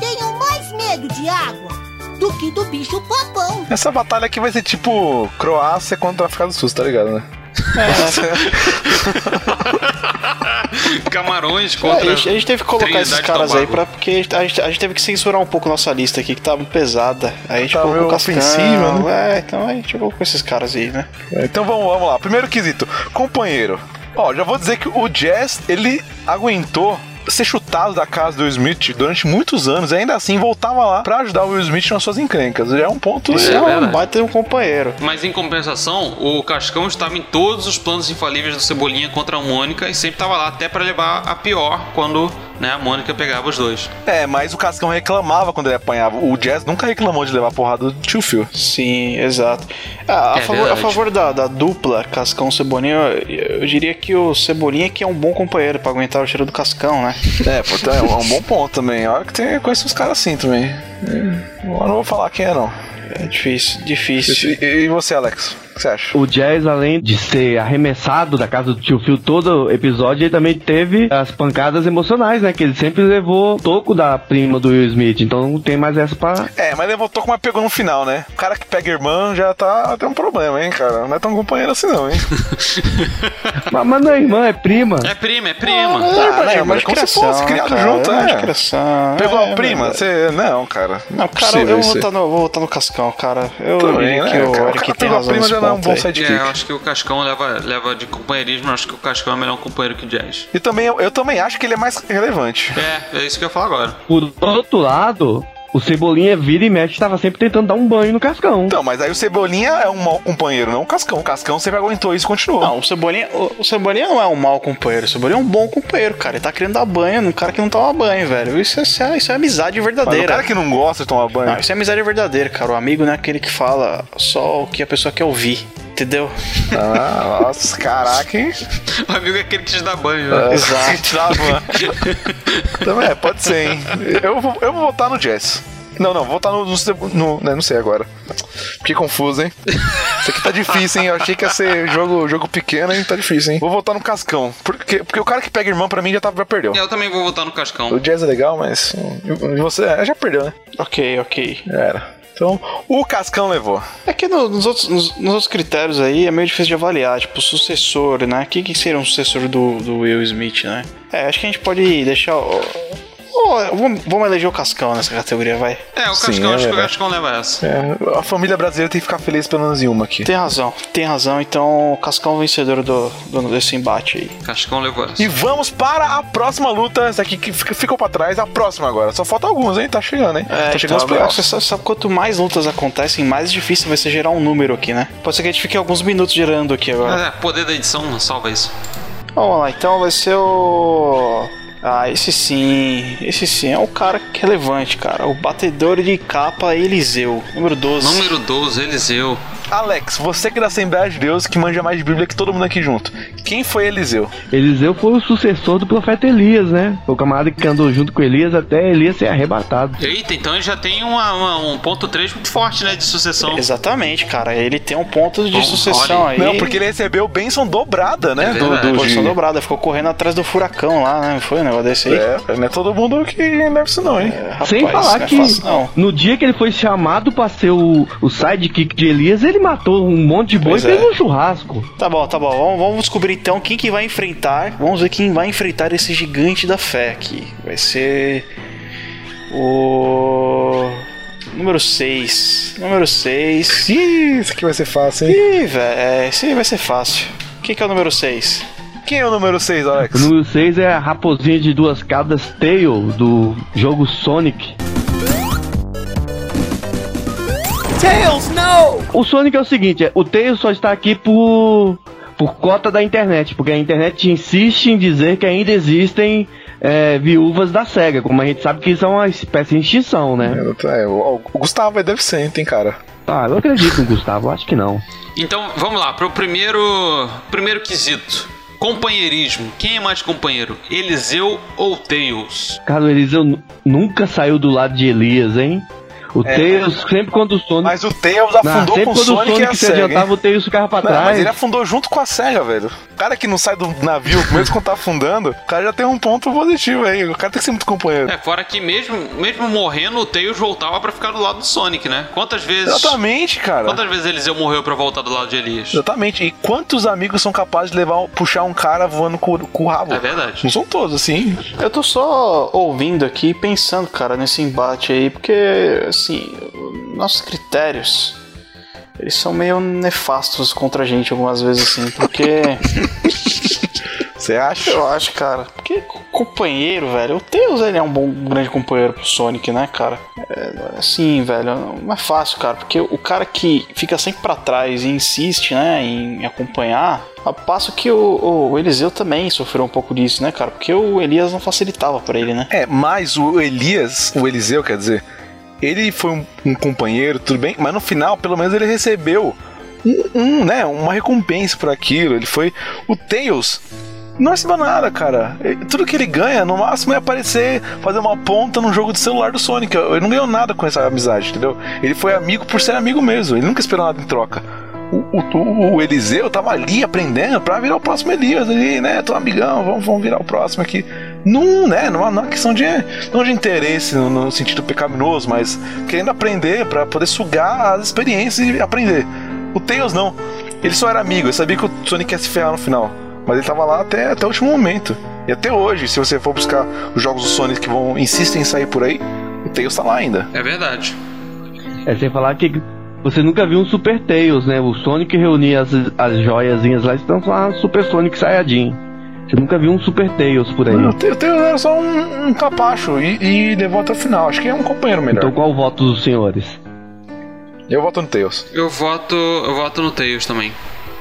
Speaker 5: Tenho mais medo de água do que do bicho popão.
Speaker 1: Essa batalha aqui vai ser tipo Croácia contra a África do Sul, tá ligado, né?
Speaker 3: Camarões
Speaker 2: É, a,
Speaker 3: contra.
Speaker 2: gente, a gente teve que colocar
Speaker 3: Trinidade
Speaker 2: esses caras
Speaker 3: e
Speaker 2: aí,
Speaker 3: Tobago.
Speaker 2: pra, porque a gente, a gente teve que censurar um pouco nossa lista aqui, que tá pesada. Aí a gente
Speaker 1: Tá
Speaker 2: colocou
Speaker 1: meio
Speaker 2: o Cascão,
Speaker 1: ofensiva, né?
Speaker 2: é, então a gente colocou esses caras aí, né?
Speaker 1: É, Então vamos, vamos lá. Primeiro quesito, companheiro. Ó, já vou dizer que o Jazz, ele aguentou ser chutado da casa do Will Smith durante muitos anos e ainda assim voltava lá pra ajudar o Will Smith nas suas encrencas. Já é um ponto.
Speaker 2: Isso
Speaker 3: É
Speaker 2: é, um
Speaker 3: verdade.
Speaker 2: baita de um companheiro.
Speaker 3: Mas em compensação, o Cascão estava em todos os planos infalíveis do Cebolinha contra a Mônica e sempre estava lá até para levar a pior quando né, a Mônica pegava os dois.
Speaker 1: É, mas o Cascão reclamava quando ele apanhava. O Jazz nunca reclamou de levar porrada do tio Phil.
Speaker 2: Sim, exato. Ah, a,
Speaker 3: É
Speaker 2: favor, a
Speaker 3: verdade.
Speaker 2: favor da, da dupla Cascão Cebolinha, eu, eu diria que o Cebolinha que é um bom companheiro pra aguentar o cheiro do Cascão, né?
Speaker 1: É, portanto, é um é um bom ponto também. Olha que tem, conheço uns caras assim também. É, Eu não vou falar quem é, não.
Speaker 2: É difícil, difícil.
Speaker 1: E, e você, Alex? O que você acha?
Speaker 11: O Jazz, além de ser arremessado da casa do tio Phil todo episódio, ele também teve as pancadas emocionais, né? Que ele sempre levou o toco da prima do Will Smith. Então não tem mais essa pra.
Speaker 1: É, mas levantou como pegou no final, né? O cara que pega irmã já tá tem um problema, hein, cara? Não é tão companheiro assim, não, hein?
Speaker 11: mas, mas não é irmã, é prima.
Speaker 3: É prima, é prima.
Speaker 1: Ah,
Speaker 2: irmã
Speaker 1: né,
Speaker 2: de
Speaker 1: irmã de como se fosse criado
Speaker 2: cara,
Speaker 1: junto,
Speaker 2: irmã de
Speaker 1: é.
Speaker 2: criação,
Speaker 1: Pegou
Speaker 2: é,
Speaker 1: a prima?
Speaker 2: verdade.
Speaker 1: Você. Não, cara. Não,
Speaker 2: Não,
Speaker 1: é
Speaker 2: cara,
Speaker 1: possível
Speaker 2: eu vou
Speaker 1: isso.
Speaker 2: votar, no, vou votar no Cascão, cara. Eu
Speaker 1: Também,
Speaker 2: diria
Speaker 1: né?
Speaker 2: que
Speaker 1: cara?
Speaker 2: o
Speaker 1: o
Speaker 2: Eric
Speaker 1: cara
Speaker 2: tem
Speaker 1: pegou a
Speaker 2: razão
Speaker 1: prima
Speaker 2: nesse
Speaker 1: já não é um
Speaker 2: ponto
Speaker 1: bom
Speaker 2: aí.
Speaker 1: sidekick.
Speaker 3: É, eu acho que o Cascão leva, leva de companheirismo, eu acho que o Cascão é melhor companheiro que o Jazz.
Speaker 1: E também, eu, eu também acho que ele é mais relevante.
Speaker 3: É, é isso que eu ia falar agora.
Speaker 11: Por outro lado, o Cebolinha vira e mexe, tava sempre tentando dar um banho no Cascão.
Speaker 1: Então, mas aí o Cebolinha é um mau companheiro, não o Cascão. O Cascão sempre aguentou isso e continuou.
Speaker 2: Não, o Cebolinha, o, o Cebolinha não é um mau companheiro, o Cebolinha é um bom companheiro, cara. Ele tá querendo dar banho num cara que não toma banho, velho. Isso é, isso é- isso é amizade
Speaker 1: mas o
Speaker 2: verdadeira.
Speaker 1: cara que não gosta de tomar banho.
Speaker 2: Não, isso é amizade verdadeira, cara. O amigo não é aquele que fala só o que a pessoa quer ouvir, entendeu? é-
Speaker 1: Ah, nossa, caraca, hein?
Speaker 3: O amigo é aquele que te dá banho,
Speaker 1: Ah,
Speaker 3: né?
Speaker 1: Exato. Também é, pode ser, hein? Eu vou, eu vou votar no Jazz. Não, não, vou votar no. no, Cebo- no- né, não sei agora. Fiquei confuso, hein? Isso aqui tá difícil, hein? Eu achei que ia ser jogo, jogo pequeno, hein? Tá difícil, hein? Vou votar no Cascão. Porque, porque o cara que pega irmão pra mim já, tá, já perdeu.
Speaker 3: Eu também vou votar no
Speaker 1: O
Speaker 3: Cascão.
Speaker 1: Jazz é legal, mas. hum, Você é, já perdeu, né?
Speaker 2: Ok, ok.
Speaker 1: Já era. Então, o Cascão levou.
Speaker 2: É que no- nos, outros, nos, nos outros critérios aí é meio difícil de avaliar, tipo, sucessor, né? Quem que seria um sucessor do, do Will Smith, né? É, acho que a gente pode deixar. o- o- vamos, vamos eleger o Cascão nessa categoria, vai.
Speaker 3: É, o
Speaker 1: Sim,
Speaker 3: Cascão,
Speaker 1: é
Speaker 3: acho que o
Speaker 1: verdade.
Speaker 3: Cascão leva essa.
Speaker 1: É, a família brasileira tem que ficar feliz pelo menos em uma aqui.
Speaker 2: Tem razão, tem razão. Então, o Cascão é o vencedor do, do- desse embate aí.
Speaker 3: Cascão levou essa.
Speaker 1: E vamos para a próxima luta. Essa aqui que fica- ficou pra trás, a próxima agora. Só falta alguns, hein? Tá chegando, hein? tá chegando os
Speaker 2: então,
Speaker 1: playoffs.
Speaker 2: você sabe, sabe quanto mais lutas acontecem, mais difícil vai ser gerar um número aqui, né? Pode ser que a gente fique alguns minutos gerando aqui agora.
Speaker 3: É, poder da edição salva isso.
Speaker 2: Vamos lá, então vai ser o. Ah, esse sim, esse sim é o cara que é relevante, cara. O batedor de capa Eliseu, número 12.
Speaker 3: Número 12, Eliseu.
Speaker 1: Alex, você que é da Assembleia de Deus, que manja mais de Bíblia que todo mundo aqui junto. Quem foi Eliseu?
Speaker 11: Eliseu foi o sucessor do profeta Elias, né? O camarada que andou junto com Elias até Elias ser arrebatado.
Speaker 3: Eita, então ele já tem uma, uma- um ponto 3 muito forte, né? De sucessão.
Speaker 2: Exatamente, cara. Ele tem um ponto de
Speaker 3: Bom,
Speaker 2: sucessão
Speaker 3: olha.
Speaker 2: aí.
Speaker 1: Não, porque ele recebeu bênção dobrada, né?
Speaker 3: É
Speaker 1: do,
Speaker 3: verdade.
Speaker 1: do,
Speaker 2: Posição
Speaker 1: de...
Speaker 2: dobrada, ficou correndo atrás do furacão lá, né? Não foi um negócio desse aí?
Speaker 1: É, não é todo mundo que leva isso, não, hein?
Speaker 2: Rapaz,
Speaker 11: Sem falar
Speaker 2: não é
Speaker 11: que
Speaker 2: fácil, não.
Speaker 11: no dia que ele foi chamado pra ser o, o sidekick de Elias, ele matou um monte de boi
Speaker 2: Pois
Speaker 11: e fez
Speaker 2: é.
Speaker 11: um churrasco.
Speaker 2: Tá bom, tá bom. Vamos, vamos descobrir então quem que vai enfrentar. Vamos ver quem vai enfrentar esse gigante da fé aqui. Vai ser o número 6. Número 6.
Speaker 1: Ih, isso aqui vai ser fácil, hein?
Speaker 2: Ih, velho, é, esse aí vai ser fácil. Quem que é o número 6?
Speaker 1: Quem é o número 6, Alex?
Speaker 11: O número 6 é a raposinha de duas caudas Tail do jogo Sonic.
Speaker 7: Tails, não!
Speaker 11: O Sonic é o seguinte, é, o Tails só está aqui por por cota da internet, porque a internet insiste em dizer que ainda existem é, viúvas da SEGA, como a gente sabe que isso é uma espécie de extinção, né?
Speaker 1: É, o, o Gustavo aí deve ser, hein, tem cara.
Speaker 11: Ah, eu acredito no Gustavo, acho que não.
Speaker 3: Então, vamos lá, pro primeiro, primeiro quesito. Companheirismo. Quem é mais companheiro? Eliseu ou Tails?
Speaker 11: Cara, o Eliseu nu- nunca saiu do lado de Elias, hein? O
Speaker 1: É,
Speaker 11: Tails, sempre quando o Sonic.
Speaker 1: Mas o Tails
Speaker 11: Não,
Speaker 1: afundou
Speaker 11: sempre
Speaker 1: com o
Speaker 11: quando
Speaker 1: Sonic, e a
Speaker 11: se
Speaker 1: SEGA,
Speaker 11: adiantava,
Speaker 1: hein?
Speaker 11: o Tails ficava pra
Speaker 1: Não,
Speaker 11: trás.
Speaker 1: mas ele é afundou junto com a SEGA, velho. O cara que não sai do navio, mesmo quando tá afundando, o cara já tem um ponto positivo aí. O cara tem que ser muito companheiro.
Speaker 3: É, fora que mesmo, mesmo morrendo, o Tails voltava pra ficar do lado do Sonic, né? Quantas vezes.
Speaker 1: Exatamente, cara.
Speaker 3: Quantas vezes Eliseu morreu pra voltar do lado de Elias?
Speaker 1: Exatamente. E quantos amigos são capazes de levar, puxar um cara voando com, com o rabo?
Speaker 3: É verdade.
Speaker 1: Não são todos, assim.
Speaker 2: Eu tô só ouvindo aqui e pensando, cara, nesse embate aí, porque, assim, nossos critérios, eles são meio nefastos contra a gente algumas vezes, assim, porque...
Speaker 1: Você acha?
Speaker 2: Eu acho, cara. Porque co- companheiro, velho, o Tails, ele é um bom, grande companheiro pro Sonic, né, cara? É, assim, velho, não é fácil, cara, porque o cara que fica sempre pra trás e insiste, né, em acompanhar, a passo que o, o Eliseu também sofreu um pouco disso, né, cara? Porque o Elias não facilitava pra ele, né?
Speaker 1: É, mas o Elias, o Eliseu, quer dizer, ele foi um, um companheiro, tudo bem, mas no final, pelo menos, ele recebeu um, um, né, uma recompensa por aquilo. Ele foi. O Tails não recebeu nada, cara. Ele- Tudo que ele ganha, no máximo, é aparecer, fazer uma ponta num jogo de celular do Sonic. Ele não ganhou nada com essa amizade, entendeu? Ele foi amigo por ser amigo mesmo. Ele nunca esperou nada em troca. O, o- o Eliseu tava ali aprendendo pra virar o próximo Elias ali, né? Tô amigão, vamos, vamos virar o próximo aqui. Não, né? Não é uma questão de, não de interesse no, no sentido pecaminoso, mas querendo aprender pra poder sugar as experiências e aprender. O Tails não. Ele só era amigo, ele sabia que o Sonic ia se ferrar no final. Mas ele tava lá até, até o último momento. E até hoje, se você for buscar os jogos do Sonic que vão insistem em sair por aí, o Tails tá lá ainda.
Speaker 3: É verdade.
Speaker 11: É, sem falar que você nunca viu um Super Tails, né? O Sonic reunia as, as joiazinhas lá e se transformava em Super Sonic Saiyajin. Você nunca viu um Super Tails por aí.
Speaker 1: O Ta- o Tails era só um, um capacho e, e levou até o final. Acho que é um companheiro melhor.
Speaker 11: Então qual o voto dos senhores?
Speaker 1: Eu voto no Tails.
Speaker 3: Eu voto. Eu voto no Tails também.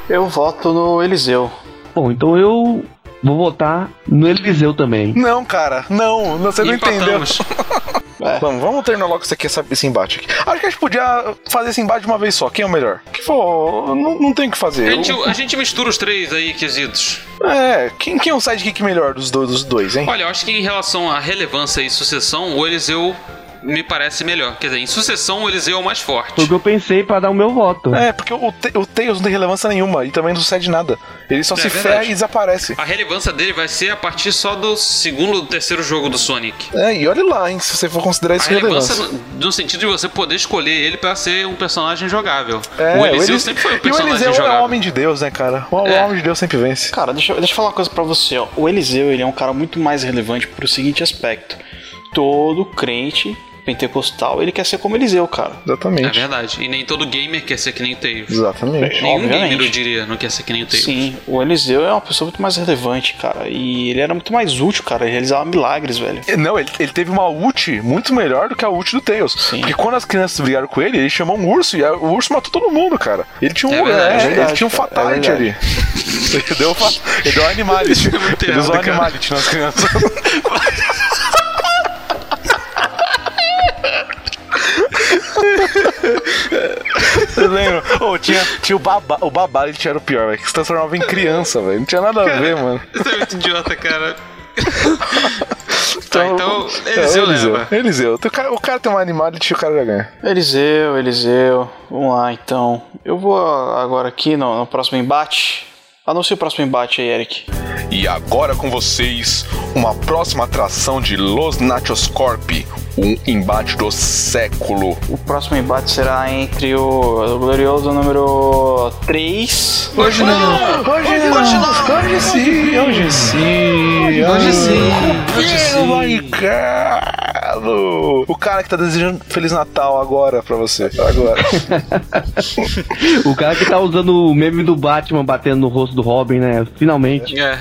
Speaker 2: Eu voto no Eliseu.
Speaker 11: Bom, então eu vou votar no Eliseu também.
Speaker 1: Não, cara, não, você não entendeu.
Speaker 3: Empatamos.
Speaker 1: Vamos, vamos terminar logo isso aqui, essa- esse embate aqui. Acho que a gente podia fazer esse embate de uma vez só. Quem é o melhor? Que for, não, não tem o que fazer.
Speaker 3: A gente,
Speaker 1: Eu-
Speaker 3: a gente mistura os três aí, quesitos.
Speaker 1: É, quem, quem é o sidekick melhor dos dois, dos dois, hein?
Speaker 3: Olha, eu acho que em relação à relevância e sucessão, o Eliseu me parece melhor. Quer dizer, em sucessão, o Eliseu é o mais forte.
Speaker 11: Foi o que eu pensei pra dar o meu voto.
Speaker 1: É, porque o, Ta- o Tails não tem relevância nenhuma e também não sucede nada. Ele só
Speaker 3: É
Speaker 1: se
Speaker 3: verdade.
Speaker 1: ferra e desaparece.
Speaker 3: A relevância dele vai ser a partir só do segundo ou terceiro jogo do Sonic.
Speaker 1: É, e olha lá, hein, se você for considerar
Speaker 3: A
Speaker 1: isso
Speaker 3: relevância
Speaker 1: relevância.
Speaker 3: no, no sentido de você poder escolher ele pra ser um personagem jogável.
Speaker 1: É,
Speaker 3: o Eliseu
Speaker 1: Elis-
Speaker 3: sempre foi um
Speaker 1: E o
Speaker 3: personagem
Speaker 1: Eliseu
Speaker 3: jogável.
Speaker 1: é o homem de Deus, né, cara? O, o
Speaker 3: É.
Speaker 1: homem de Deus sempre vence.
Speaker 2: Cara, deixa, eu- deixa eu falar uma coisa pra você, ó. O Eliseu, ele é um cara muito mais relevante pro seguinte aspecto. Todo crente pentecostal, ele quer ser como Eliseu, cara.
Speaker 3: É
Speaker 1: Exatamente.
Speaker 3: verdade. E nem todo gamer quer ser que nem o Tails.
Speaker 1: Exatamente.
Speaker 3: Nenhum
Speaker 2: Obviamente.
Speaker 3: gamer, eu diria, não quer ser que nem o Tails.
Speaker 2: Sim, o Eliseu é uma pessoa muito mais relevante, cara. E ele era muito mais útil, cara. Ele realizava milagres, velho.
Speaker 1: É, Não, ele, ele teve uma ult muito melhor do que a ult do Tails. Porque quando as crianças brigaram com ele, ele chamou um urso e a- o urso matou todo mundo, cara. Ele tinha um,
Speaker 3: É verdade,
Speaker 1: é,
Speaker 3: é
Speaker 2: verdade,
Speaker 1: ele tinha um
Speaker 2: cara,
Speaker 1: fatality
Speaker 2: é
Speaker 1: ali. Ele deu, fa- ele deu um animality.
Speaker 3: Isso é muito
Speaker 1: Ele usou
Speaker 3: errado, cara.
Speaker 1: animality nas crianças. Vocês lembram? Ô, tinha, tinha o babá, o babá ele tinha era o pior, velho, que se transformava em criança, velho. Não tinha nada a ver, mano.
Speaker 3: Você é muito idiota, cara. Tá, então, Eliseu
Speaker 1: é,
Speaker 3: leva.
Speaker 1: Eliseu. O cara, o cara tem um animality e o cara já ganha.
Speaker 2: Eliseu, Eliseu. Vamos lá, então. Eu vou agora aqui no, no próximo embate. Anuncia o próximo embate aí, Eric.
Speaker 1: E agora com vocês, uma próxima atração de Los Nachos Corp, um embate do século.
Speaker 2: O próximo embate será entre o, o glorioso número 3.
Speaker 1: Hoje não, hoje não, hoje sim, hoje sim, hoje sim, hoje sim. O cara que tá desejando Feliz Natal agora pra você, agora.
Speaker 11: O cara que tá usando o meme do Batman batendo no rosto do Robin, né? Finalmente.
Speaker 3: É.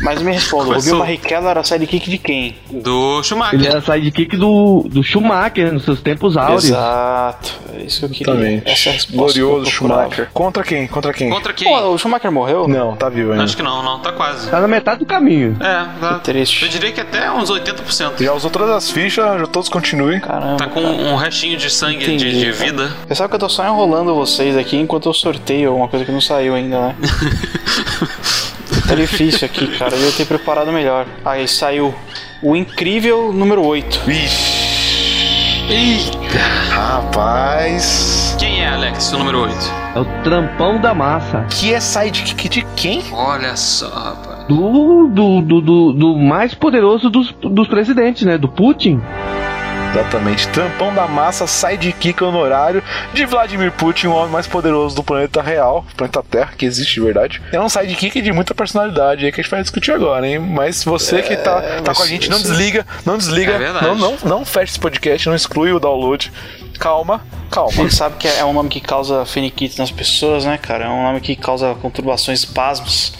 Speaker 2: Mas me responda, o
Speaker 3: Começou.
Speaker 2: Rubinho Barrichello era sidekick de quem?
Speaker 3: Do Schumacher.
Speaker 11: Ele é assim. era sidekick do, do Schumacher nos seus tempos áureos.
Speaker 2: Exato. É isso que eu queria. Essa é a resposta que eu
Speaker 1: Glorioso
Speaker 2: procurava.
Speaker 1: Schumacher. Contra quem? Contra quem?
Speaker 3: Contra quem?
Speaker 2: Pô, o Schumacher morreu?
Speaker 1: Não, tá vivo ainda.
Speaker 3: Acho que não, não, tá quase.
Speaker 11: Tá na metade do caminho.
Speaker 3: É, tá.
Speaker 2: Que triste.
Speaker 3: Eu diria que até uns 80%.
Speaker 1: Já usou todas as fichas, já todos continuem.
Speaker 2: Caramba.
Speaker 3: Tá com um restinho de sangue de,
Speaker 2: Entendi,
Speaker 3: de
Speaker 2: cara.
Speaker 3: vida.
Speaker 2: Você sabe que eu tô só enrolando vocês aqui enquanto eu sorteio alguma coisa que não saiu ainda, né? tá difícil aqui, cara. Eu ia ter preparado melhor. Aí saiu o incrível número 8.
Speaker 1: Vixe. Rapaz.
Speaker 3: Quem é, Alex, o número 8?
Speaker 11: É o trampão da massa.
Speaker 1: Que é sidekick de quem?
Speaker 3: Olha só, rapaz.
Speaker 11: Do, do, do, do, do mais poderoso dos, dos presidentes, né? Do Putin.
Speaker 1: Exatamente. Trampão da massa, sidekick honorário de Vladimir Putin, o homem mais poderoso do planeta real, planeta Terra, que existe de verdade. É um sidekick de muita personalidade aí que a gente vai discutir agora, hein? Mas você que tá, tá com a gente, não desliga, não desliga,
Speaker 3: É verdade.
Speaker 1: não, não, não fecha esse podcast, não exclui o download. Calma, calma.
Speaker 2: Ele sabe que é um nome que causa finiquito nas pessoas, né, cara? É um nome que causa conturbações, espasmos,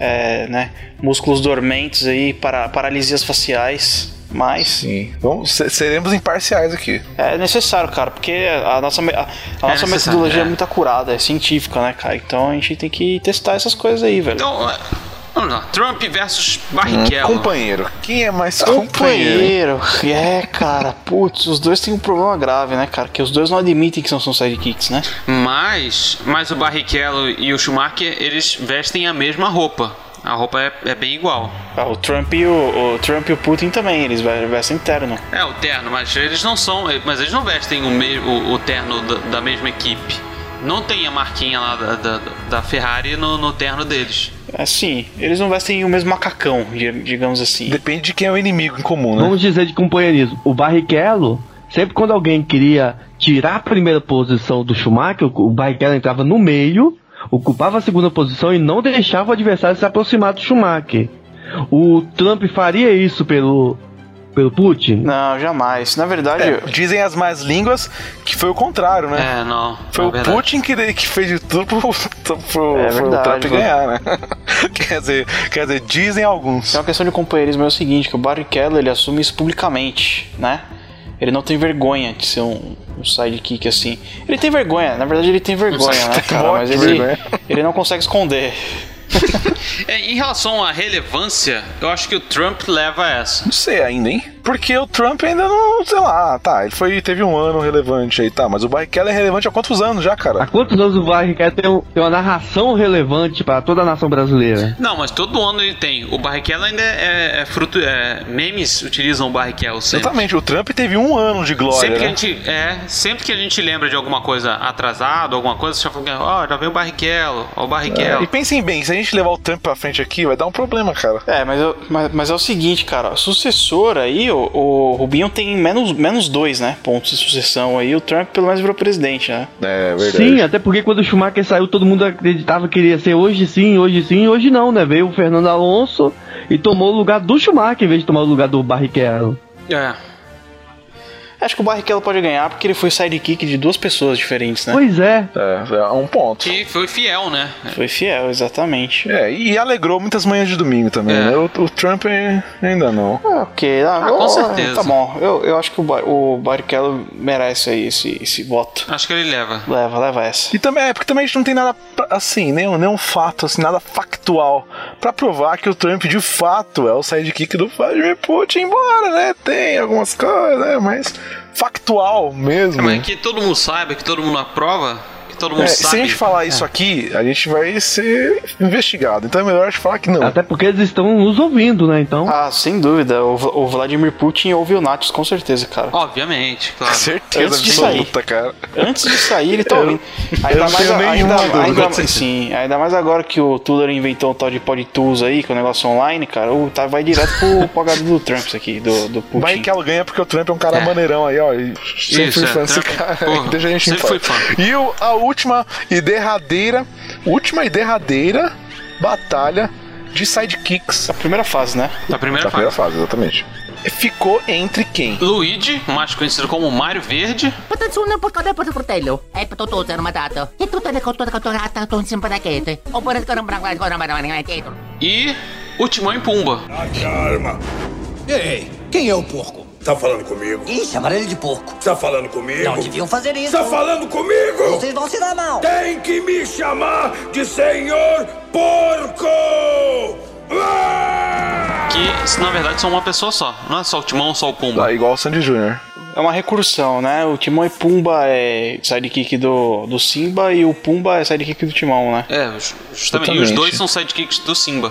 Speaker 2: é, né? Músculos dormentes aí, para, paralisias faciais. Mas
Speaker 1: Sim. Vamos, se- seremos imparciais aqui.
Speaker 2: é necessário, cara, porque a nossa, me- a, a
Speaker 1: É
Speaker 2: nossa
Speaker 1: necessário,
Speaker 2: metodologia é
Speaker 1: é.
Speaker 2: muito acurada, é científica, né, cara? Então a gente tem que testar essas coisas aí, velho.
Speaker 3: Então, é, vamos lá. Trump versus Barrichello.
Speaker 1: Um companheiro. Quem é mais
Speaker 2: Companheiro, Um é, cara, putz, os dois têm um problema grave, né, cara? Que os dois não admitem que são, são sidekicks, né?
Speaker 3: Mas, mas o Barrichello e o Schumacher, eles vestem a mesma roupa. A roupa é, é bem igual.
Speaker 2: Ah, o Trump e o, o Trump e o Putin também, eles ve- vestem terno.
Speaker 3: É, o terno, mas eles não são. Mas eles não vestem o, me- o- o terno da, da mesma equipe. Não tem a marquinha lá da, da- da Ferrari no, no terno deles.
Speaker 2: Assim, eles não vestem o mesmo macacão, di- digamos assim.
Speaker 1: Depende de quem é o inimigo em comum,
Speaker 11: Vamos dizer de companheirismo. O Barrichello, sempre quando alguém queria tirar a primeira posição do Schumacher, o Barrichello entrava no meio, ocupava a segunda posição e não deixava o adversário se aproximar do Schumacher. O Trump faria isso pelo, pelo Putin?
Speaker 2: Não, jamais. Na verdade,
Speaker 1: É, dizem as más línguas que foi o contrário, né?
Speaker 3: É, não.
Speaker 1: Foi
Speaker 3: é
Speaker 1: o
Speaker 3: verdade.
Speaker 1: Putin que, de- que fez de tudo pro, pro, pro-
Speaker 2: É
Speaker 1: pro
Speaker 2: verdade,
Speaker 1: Trump
Speaker 2: mano.
Speaker 1: ganhar, né? quer, dizer, quer dizer, dizem alguns.
Speaker 2: Então a questão de companheirismo é o seguinte, que o Barrichello ele assume isso publicamente, né? Ele não tem vergonha de ser um, um sidekick assim. Ele tem vergonha, na verdade ele tem vergonha, né, cara?
Speaker 1: morre
Speaker 2: Mas
Speaker 1: de
Speaker 2: ele,
Speaker 1: vergonha.
Speaker 2: ele não consegue esconder.
Speaker 3: É, em relação à relevância, eu acho que o Trump leva essa.
Speaker 1: Não sei ainda, hein? Porque o Trump ainda não, sei lá, tá, ele foi, teve um ano relevante aí, tá, mas o Barrichello é relevante há quantos anos já,
Speaker 11: Há
Speaker 1: cara?
Speaker 11: quantos anos o Barrichello tem, um- tem uma narração relevante para toda a nação brasileira?
Speaker 3: Não, mas todo ano ele tem. O Barrichello ainda é, é fruto. é, memes utilizam o Barrichello sempre.
Speaker 1: Exatamente, o Trump teve um ano de glória,
Speaker 3: Sempre que, a
Speaker 1: né?
Speaker 3: gente, é, sempre que a gente lembra de alguma coisa atrasada, alguma coisa, você já fala, ó, já veio o Barrichello, ó o Barrichello.
Speaker 1: E pensem bem, se a gente levar o Trump pra frente aqui, vai dar um problema, cara.
Speaker 2: É, mas, eu- mas, mas é o seguinte, cara, sucessor aí, o, o Rubinho tem menos, menos dois, né? Pontos de sucessão aí, o Trump pelo menos virou presidente, né?
Speaker 1: É,
Speaker 11: Sim, até porque quando o Schumacher saiu, todo mundo acreditava que iria ser hoje sim, hoje sim, hoje não, né? Veio o Fernando Alonso e tomou o lugar do Schumacher em vez de tomar o lugar do Barrichello.
Speaker 3: É.
Speaker 2: Acho que o Barrichello pode ganhar porque ele foi sidekick de duas pessoas diferentes, né?
Speaker 11: Pois é.
Speaker 1: É, é um ponto.
Speaker 3: Que foi fiel, né?
Speaker 2: Foi fiel, exatamente.
Speaker 1: É, e alegrou muitas manhãs de domingo também,
Speaker 3: É.
Speaker 1: né? O, o Trump é- ainda não.
Speaker 2: Ah, ok. Ah,
Speaker 3: com
Speaker 2: ó,
Speaker 3: certeza.
Speaker 2: Tá bom. Eu, eu acho que o, Bar o Barrichello merece aí esse, esse voto.
Speaker 3: Acho que ele leva.
Speaker 2: Leva, leva essa.
Speaker 1: E também, é, porque também a gente não tem nada, pra- assim, nenhum, nenhum fato, assim, nada factual pra provar que o Trump de fato é o sidekick do Vladimir Putin, embora, né? Tem algumas coisas, né? Mas factual mesmo. né.
Speaker 3: Mas que todo mundo saiba, que todo mundo aprova, que todo mundo
Speaker 1: Uhum. É, se a
Speaker 3: sabe.
Speaker 1: gente falar isso aqui, a gente vai ser investigado. Então é melhor a gente falar que não.
Speaker 11: Até porque eles estão nos ouvindo, né? Então.
Speaker 2: Ah, sem dúvida. O, Vla- o Vladimir Putin ouve o Natos, com certeza, cara.
Speaker 1: Ah,
Speaker 3: Obviamente, claro.
Speaker 1: Certeza
Speaker 2: antes de
Speaker 1: absoluta, cara.
Speaker 2: Antes de sair, ele tá
Speaker 1: Eu-
Speaker 2: ouvindo.
Speaker 1: eu não tenho nenhuma
Speaker 2: ainda,
Speaker 1: dúvida.
Speaker 2: ainda- sim, ainda mais agora que o Tudor inventou um tal de PodTools aí, que é um negócio online, cara. o- tá, vai direto pro, pro HD do Trump isso aqui, do, do Putin.
Speaker 1: Vai que ela ganha porque o Trump é um cara
Speaker 3: É.
Speaker 1: maneirão aí, ó. E sempre
Speaker 3: Isso,
Speaker 1: fui
Speaker 3: é,
Speaker 1: fã desse
Speaker 3: Trump,
Speaker 1: cara.
Speaker 3: porra,
Speaker 1: Deixa a gente em
Speaker 3: sempre
Speaker 1: paz.
Speaker 3: fui fã.
Speaker 1: E o- a última e derradeira, última e derradeira batalha de sidekicks.
Speaker 2: A primeira fase, né?
Speaker 3: Na primeira
Speaker 1: Da
Speaker 3: fase.
Speaker 1: primeira fase, exatamente. Ficou entre quem?
Speaker 3: Luigi, mais conhecido como Mário Verde,
Speaker 5: Attenzione per cadere per fratello. È per tutto il matato. E tutte le cotture che tu ratta tu insieme da chete. Oppure ancora un branco ancora un branco dietro.
Speaker 3: e o Timão e Pumba.
Speaker 4: Bate a arma.
Speaker 7: Ei, quem é o porco?
Speaker 4: Tá falando comigo?
Speaker 7: Ih, chamaram ele de porco.
Speaker 4: Tá falando comigo?
Speaker 7: Não deviam fazer isso.
Speaker 4: Tá falando comigo?
Speaker 7: Vocês vão se dar mal.
Speaker 4: Tem que me chamar de Senhor Porco! Ah!
Speaker 3: Que, na verdade, são uma pessoa só. Não é só o Timão, só o Pumba.
Speaker 1: Ah, igual o Sandy Jr.
Speaker 2: É uma recursão, né? O Timão e Pumba é sidekick do, do Simba e o Pumba é sidekick do Timão, né?
Speaker 3: É, ju- justamente. E os
Speaker 1: Exatamente.
Speaker 3: dois são sidekicks do Simba.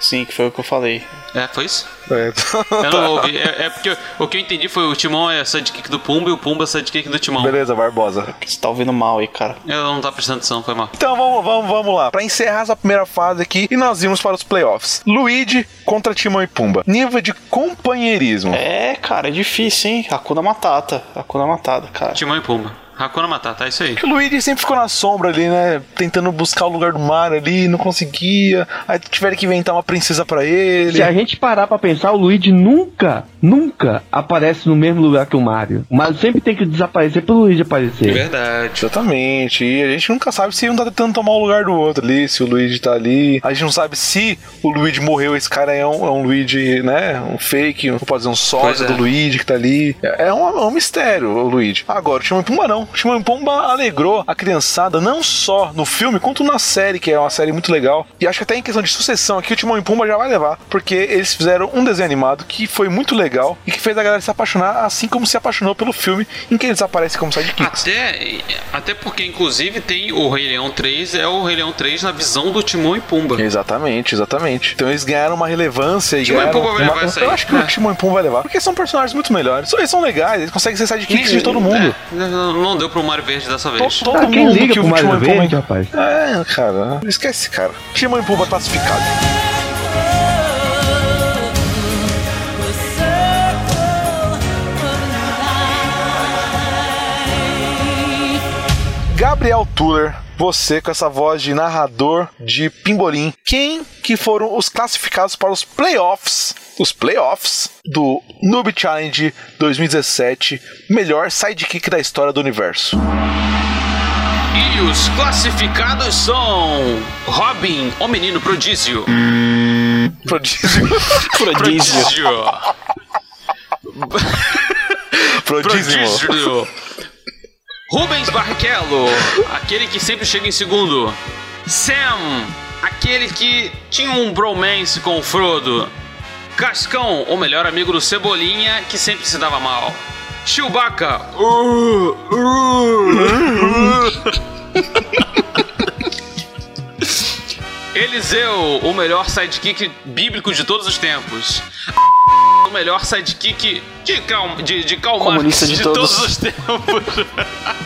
Speaker 2: Sim, que foi o que eu falei.
Speaker 3: É, foi isso? Eu não ouvi. É, é porque eu- o que eu entendi foi o Timão é sidekick do Pumba e o Pumba é sidekick do Timão.
Speaker 1: Beleza, Barbosa.
Speaker 2: Você tá ouvindo mal aí, cara.
Speaker 3: Eu não tava prestando atenção, foi mal.
Speaker 1: Então vamos, vamos, vamos lá. Pra encerrar essa primeira fase aqui, e nós vimos para os playoffs. Luigi contra Timão e Pumba. Nível de companheirismo.
Speaker 2: É, cara, é difícil, hein? Hakuna Matata. Hakuna Matata, cara.
Speaker 1: Tipo,
Speaker 3: Timão e Pumba. Hakuna Matata, é isso aí.
Speaker 1: O Luigi sempre ficou na sombra ali, né? Tentando buscar o lugar do Mario ali, não conseguia. Aí tiveram que inventar uma princesa pra ele. é.
Speaker 11: Se a gente parar pra pensar, o Luigi nunca, nunca aparece no mesmo lugar que o Mario. O Mario sempre tem que desaparecer pro Luigi aparecer.
Speaker 3: É. Verdade.
Speaker 1: Exatamente. E a gente nunca sabe se um tá tentando tomar o lugar do outro ali, se o Luigi tá ali. A gente não sabe se o Luigi morreu, esse cara é um, é um Luigi, né? Um fake, um, pode dizer, um sócio
Speaker 3: Pois é.
Speaker 1: do Luigi que tá ali. É, é um, é um mistério, o Luigi. Agora, o Timão e Pumba não. O Timão e Pumba alegrou a criançada, não só no filme, quanto na série, que é uma série muito legal. E acho que até em questão de sucessão aqui, o Timão e Pumba já vai levar, porque eles fizeram um desenho animado que foi muito legal e que fez a galera se apaixonar, assim como se apaixonou pelo filme em que eles aparecem como sidekicks.
Speaker 3: Até, até porque, inclusive, tem o Rei Leão 3, é o Rei Leão 3 na visão do Timão e Pumba.
Speaker 1: É Exatamente, exatamente. Então eles ganharam uma relevância e
Speaker 3: Timão e
Speaker 1: ganharam
Speaker 3: Pumba vai
Speaker 1: uma-
Speaker 3: levar isso aí,
Speaker 1: Eu acho que
Speaker 3: né?
Speaker 1: o Timão e Pumba vai levar. Porque são personagens muito melhores. Eles são legais, eles conseguem ser sidekicks de todo mundo.
Speaker 3: É, não não deu pro Mário Verde dessa vez.
Speaker 1: Todo
Speaker 11: Ah, quem
Speaker 1: mundo
Speaker 11: liga
Speaker 1: que
Speaker 11: pro é
Speaker 1: o Timão
Speaker 11: Mario
Speaker 1: e Pumba-
Speaker 11: Verde, rapaz?
Speaker 1: É, cara. Esquece esse cara. Timão e Pumba classificado. Gabriel Tuller, você com essa voz de narrador de Pimbolim, quem que foram os classificados para os playoffs, os playoffs do Noob Challenge 2017, melhor sidekick da história do universo?
Speaker 3: E os classificados são Robin, o menino prodígio.
Speaker 1: Prodígio.
Speaker 3: Prodígio.
Speaker 1: Prodígio.
Speaker 3: Prodígio. Rubens Barrichello, aquele que sempre chega em segundo. Sam, aquele que tinha um bromance com o Frodo. Cascão, o melhor amigo do Cebolinha, que sempre se dava mal. Chewbacca. Uh, uh, uh. Eliseu, o melhor sidekick bíblico de todos os tempos. O melhor sidekick de Karl, de, de Karl
Speaker 2: Comunista de
Speaker 3: Marx de
Speaker 2: todos.
Speaker 3: todos. os tempos.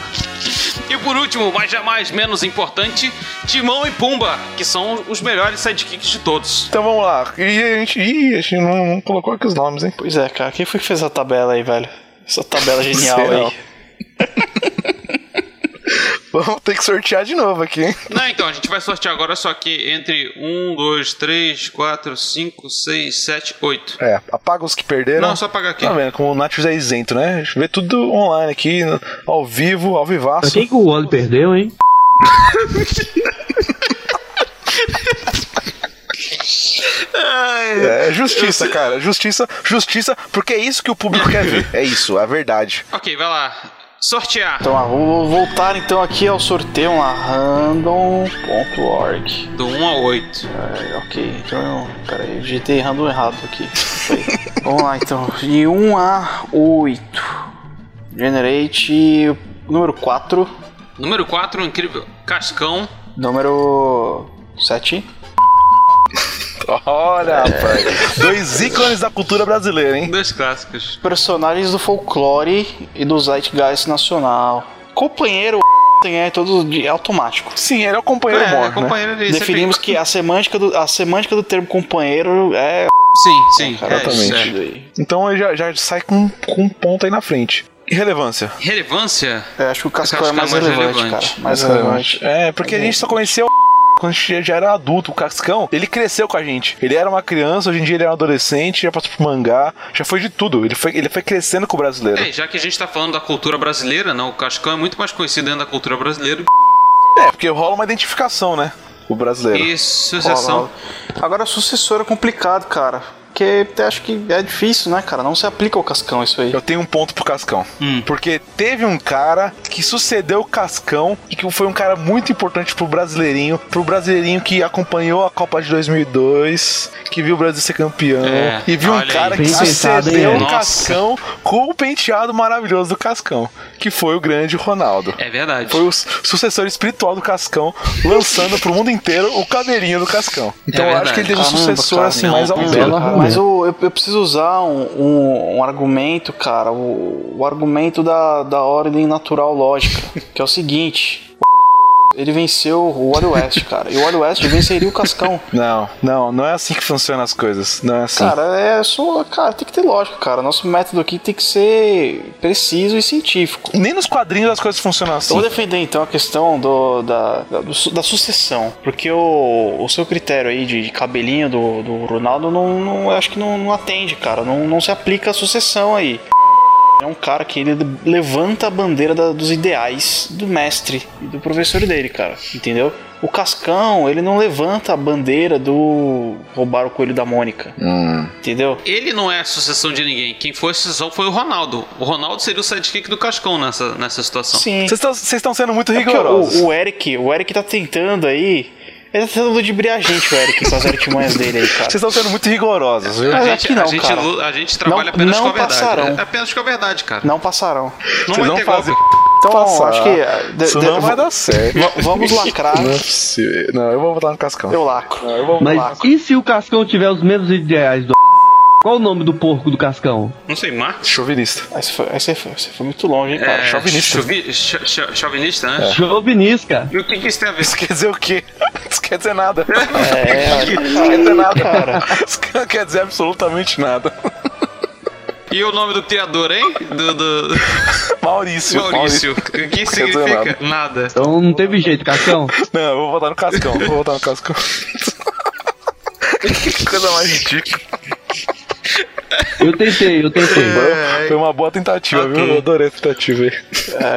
Speaker 3: e por último, mas jamais menos importante, Timão e Pumba, que são os melhores sidekicks de todos.
Speaker 1: Então vamos lá. E a gente, ih, a gente não, não colocou aqui os nomes, hein?
Speaker 2: Pois é, cara. Quem foi que fez a tabela aí, velho? Essa tabela genial
Speaker 1: Sei não.
Speaker 2: aí.
Speaker 1: Vamos ter que sortear de novo aqui, hein?
Speaker 3: Não, então, a gente vai sortear agora só que entre 1, 2, 3, 4, 5, 6, 7, 8.
Speaker 1: É, apaga os que perderam.
Speaker 3: Não, só apagar aqui.
Speaker 1: Tá vendo? Como o Nachos é isento, né? A gente vê tudo online aqui, ao vivo, ao
Speaker 11: Pra
Speaker 1: vivaço.
Speaker 11: é? quem que o Wally perdeu, hein?
Speaker 1: É justiça, cara. Justiça, justiça, porque é isso que o público quer ver. É isso, é a verdade.
Speaker 3: Ok, vai lá. Sortear.
Speaker 2: Então, ah, vou voltar então aqui ao sorteio vamos lá. Random.org.
Speaker 3: Do 1 ao 8.
Speaker 2: É, ok, então eu. Peraí, eu digitei random errado aqui. Foi. Vamos lá então. De 1 a 8. Generate número 4.
Speaker 3: Número 4, incrível. Cascão.
Speaker 2: Número 7.
Speaker 1: Olha, rapaz. Dois ícones da cultura brasileira, hein?
Speaker 3: Um, Dois clássicos.
Speaker 2: Personagens do folclore e do Zeitgeist Nacional. Companheiro tem é todo de- é automático.
Speaker 1: Sim, ele é o companheiro
Speaker 3: é,
Speaker 1: morto, né?
Speaker 3: companheiro de
Speaker 2: Definimos que a semântica, do, a semântica do termo companheiro é.
Speaker 3: Sim, sim.
Speaker 2: Cara,
Speaker 3: é isso, é.
Speaker 2: isso aí.
Speaker 1: Então ele já, já sai com, com um ponto aí na frente. E relevância.
Speaker 3: Relevância?
Speaker 2: É, acho que o Cascão
Speaker 3: Acho
Speaker 2: é
Speaker 3: que é
Speaker 2: mais,
Speaker 3: mais
Speaker 2: relevante,
Speaker 3: relevante.
Speaker 2: cara. Mais relevante.
Speaker 1: É, porque a gente só conheceu quando a gente já era adulto, o Cascão, ele cresceu com a gente. Ele era uma criança, hoje em dia ele é um adolescente, já passou por mangá, já foi de tudo. Ele foi, ele foi crescendo com o brasileiro.
Speaker 3: É, já que a gente tá falando da cultura brasileira, né? O Cascão é muito mais conhecido dentro da cultura brasileira.
Speaker 1: É, porque rola uma identificação, né? O brasileiro.
Speaker 3: E sucessão.
Speaker 2: Rola, rola. Agora, sucessor é complicado, cara. porque acho que é difícil, né, cara? Não se aplica ao Cascão isso aí.
Speaker 1: Eu tenho um ponto pro Cascão. Porque teve um cara que sucedeu o Cascão e que foi um cara muito importante pro brasileirinho, pro brasileirinho que acompanhou a Copa de 2002, que viu o Brasil ser campeão
Speaker 3: É,
Speaker 1: e viu um
Speaker 3: olha
Speaker 1: cara
Speaker 3: aí.
Speaker 1: que
Speaker 3: Bem pensado,
Speaker 1: sucedeu
Speaker 3: hein?
Speaker 1: o
Speaker 3: Nossa.
Speaker 1: Cascão com o penteado maravilhoso do Cascão, que foi o grande Ronaldo.
Speaker 3: É verdade.
Speaker 1: Foi o su- sucessor espiritual do Cascão, lançando pro mundo inteiro o cabelinho do Cascão. Então
Speaker 3: É
Speaker 1: eu acho que ele teve um sucessor assim mais ao
Speaker 2: Mas o- eu, eu preciso usar um, um- um argumento, cara. O, o argumento da, da ordem natural lógica. Que é o seguinte. Ele venceu o Wally West, cara. E o Wally West venceria o Cascão.
Speaker 1: Não, não, não é assim que funcionam as coisas. Não é assim.
Speaker 2: Cara, é só. Cara, tem que ter lógica, cara. Nosso método aqui tem que ser preciso e científico.
Speaker 1: Nem nos quadrinhos as coisas funcionam assim.
Speaker 2: Eu vou defender então a questão do, da, da, do su- da sucessão. Porque o, o seu critério aí de, de cabelinho do, do Ronaldo não, não eu acho que não, não atende, cara. Não, não se aplica a sucessão aí. É um cara que ele levanta a bandeira da- dos ideais do mestre e do professor dele, cara. Entendeu? O Cascão, ele não levanta a bandeira do roubar o coelho da Mônica. Entendeu?
Speaker 3: Ele não é a sucessão de ninguém. Quem foi a sucessão foi o Ronaldo. O Ronaldo seria o sidekick do Cascão nessa, nessa situação.
Speaker 2: Sim.
Speaker 1: Vocês estão sendo muito
Speaker 2: É porque
Speaker 3: rigorosos.
Speaker 2: O, o Eric, o Eric tá tentando aí. Ele tá tentando ludibriar a gente, o Eric, com as artimanhas dele aí, cara.
Speaker 1: Vocês estão sendo muito rigorosos, viu?
Speaker 2: Mas
Speaker 3: A
Speaker 2: acho que
Speaker 3: gente,
Speaker 2: não,
Speaker 3: a gente
Speaker 2: cara.
Speaker 3: lu- a gente trabalha
Speaker 2: Não-
Speaker 3: apenas
Speaker 2: não
Speaker 3: com a verdade.
Speaker 2: passarão.
Speaker 3: É apenas com a verdade, cara.
Speaker 2: Não passarão.
Speaker 3: Não
Speaker 1: Vocês
Speaker 3: vai
Speaker 1: vão
Speaker 3: ter
Speaker 1: fazer
Speaker 3: golpe.
Speaker 2: Então,
Speaker 1: passar.
Speaker 2: acho que, ah, de-
Speaker 1: Tá Isso
Speaker 2: de-
Speaker 1: não
Speaker 2: v-
Speaker 1: vai dar certo.
Speaker 2: v- vamos lacrar.
Speaker 1: Não, é possível. Não, eu vou votar no Cascão.
Speaker 2: Eu lacro.
Speaker 1: Não, eu vou
Speaker 11: Mas
Speaker 1: lacro.
Speaker 11: e se o Cascão tiver os mesmos ideais do. Qual o nome do porco do Cascão?
Speaker 3: Não sei, Marx?
Speaker 1: Chauvinista.
Speaker 2: Aí você foi, aí você foi, você foi muito longe, hein, cara.
Speaker 3: É,
Speaker 1: chauvinista.
Speaker 3: chauvi- cha- cha- chauvinista, né?
Speaker 11: É. Jovinisca.
Speaker 3: E o que, que isso tem a ver?
Speaker 1: Isso quer dizer o quê? Isso quer dizer nada.
Speaker 2: É,
Speaker 1: Isso quer dizer nada.
Speaker 2: cara.
Speaker 1: Isso não quer dizer absolutamente nada.
Speaker 3: E o nome do criador, hein? Do, do-
Speaker 1: Maurício.
Speaker 3: Maurício. O que
Speaker 1: Não
Speaker 3: isso
Speaker 1: quer dizer
Speaker 3: significa? Nada.
Speaker 11: Então não teve jeito, Cascão.
Speaker 1: Não, eu vou votar no Cascão. eu Vou votar no Cascão. que coisa mais ridícula.
Speaker 11: Eu tentei, eu tentei.
Speaker 1: Foi uma boa tentativa, viu? Eu adorei a tentativa aí.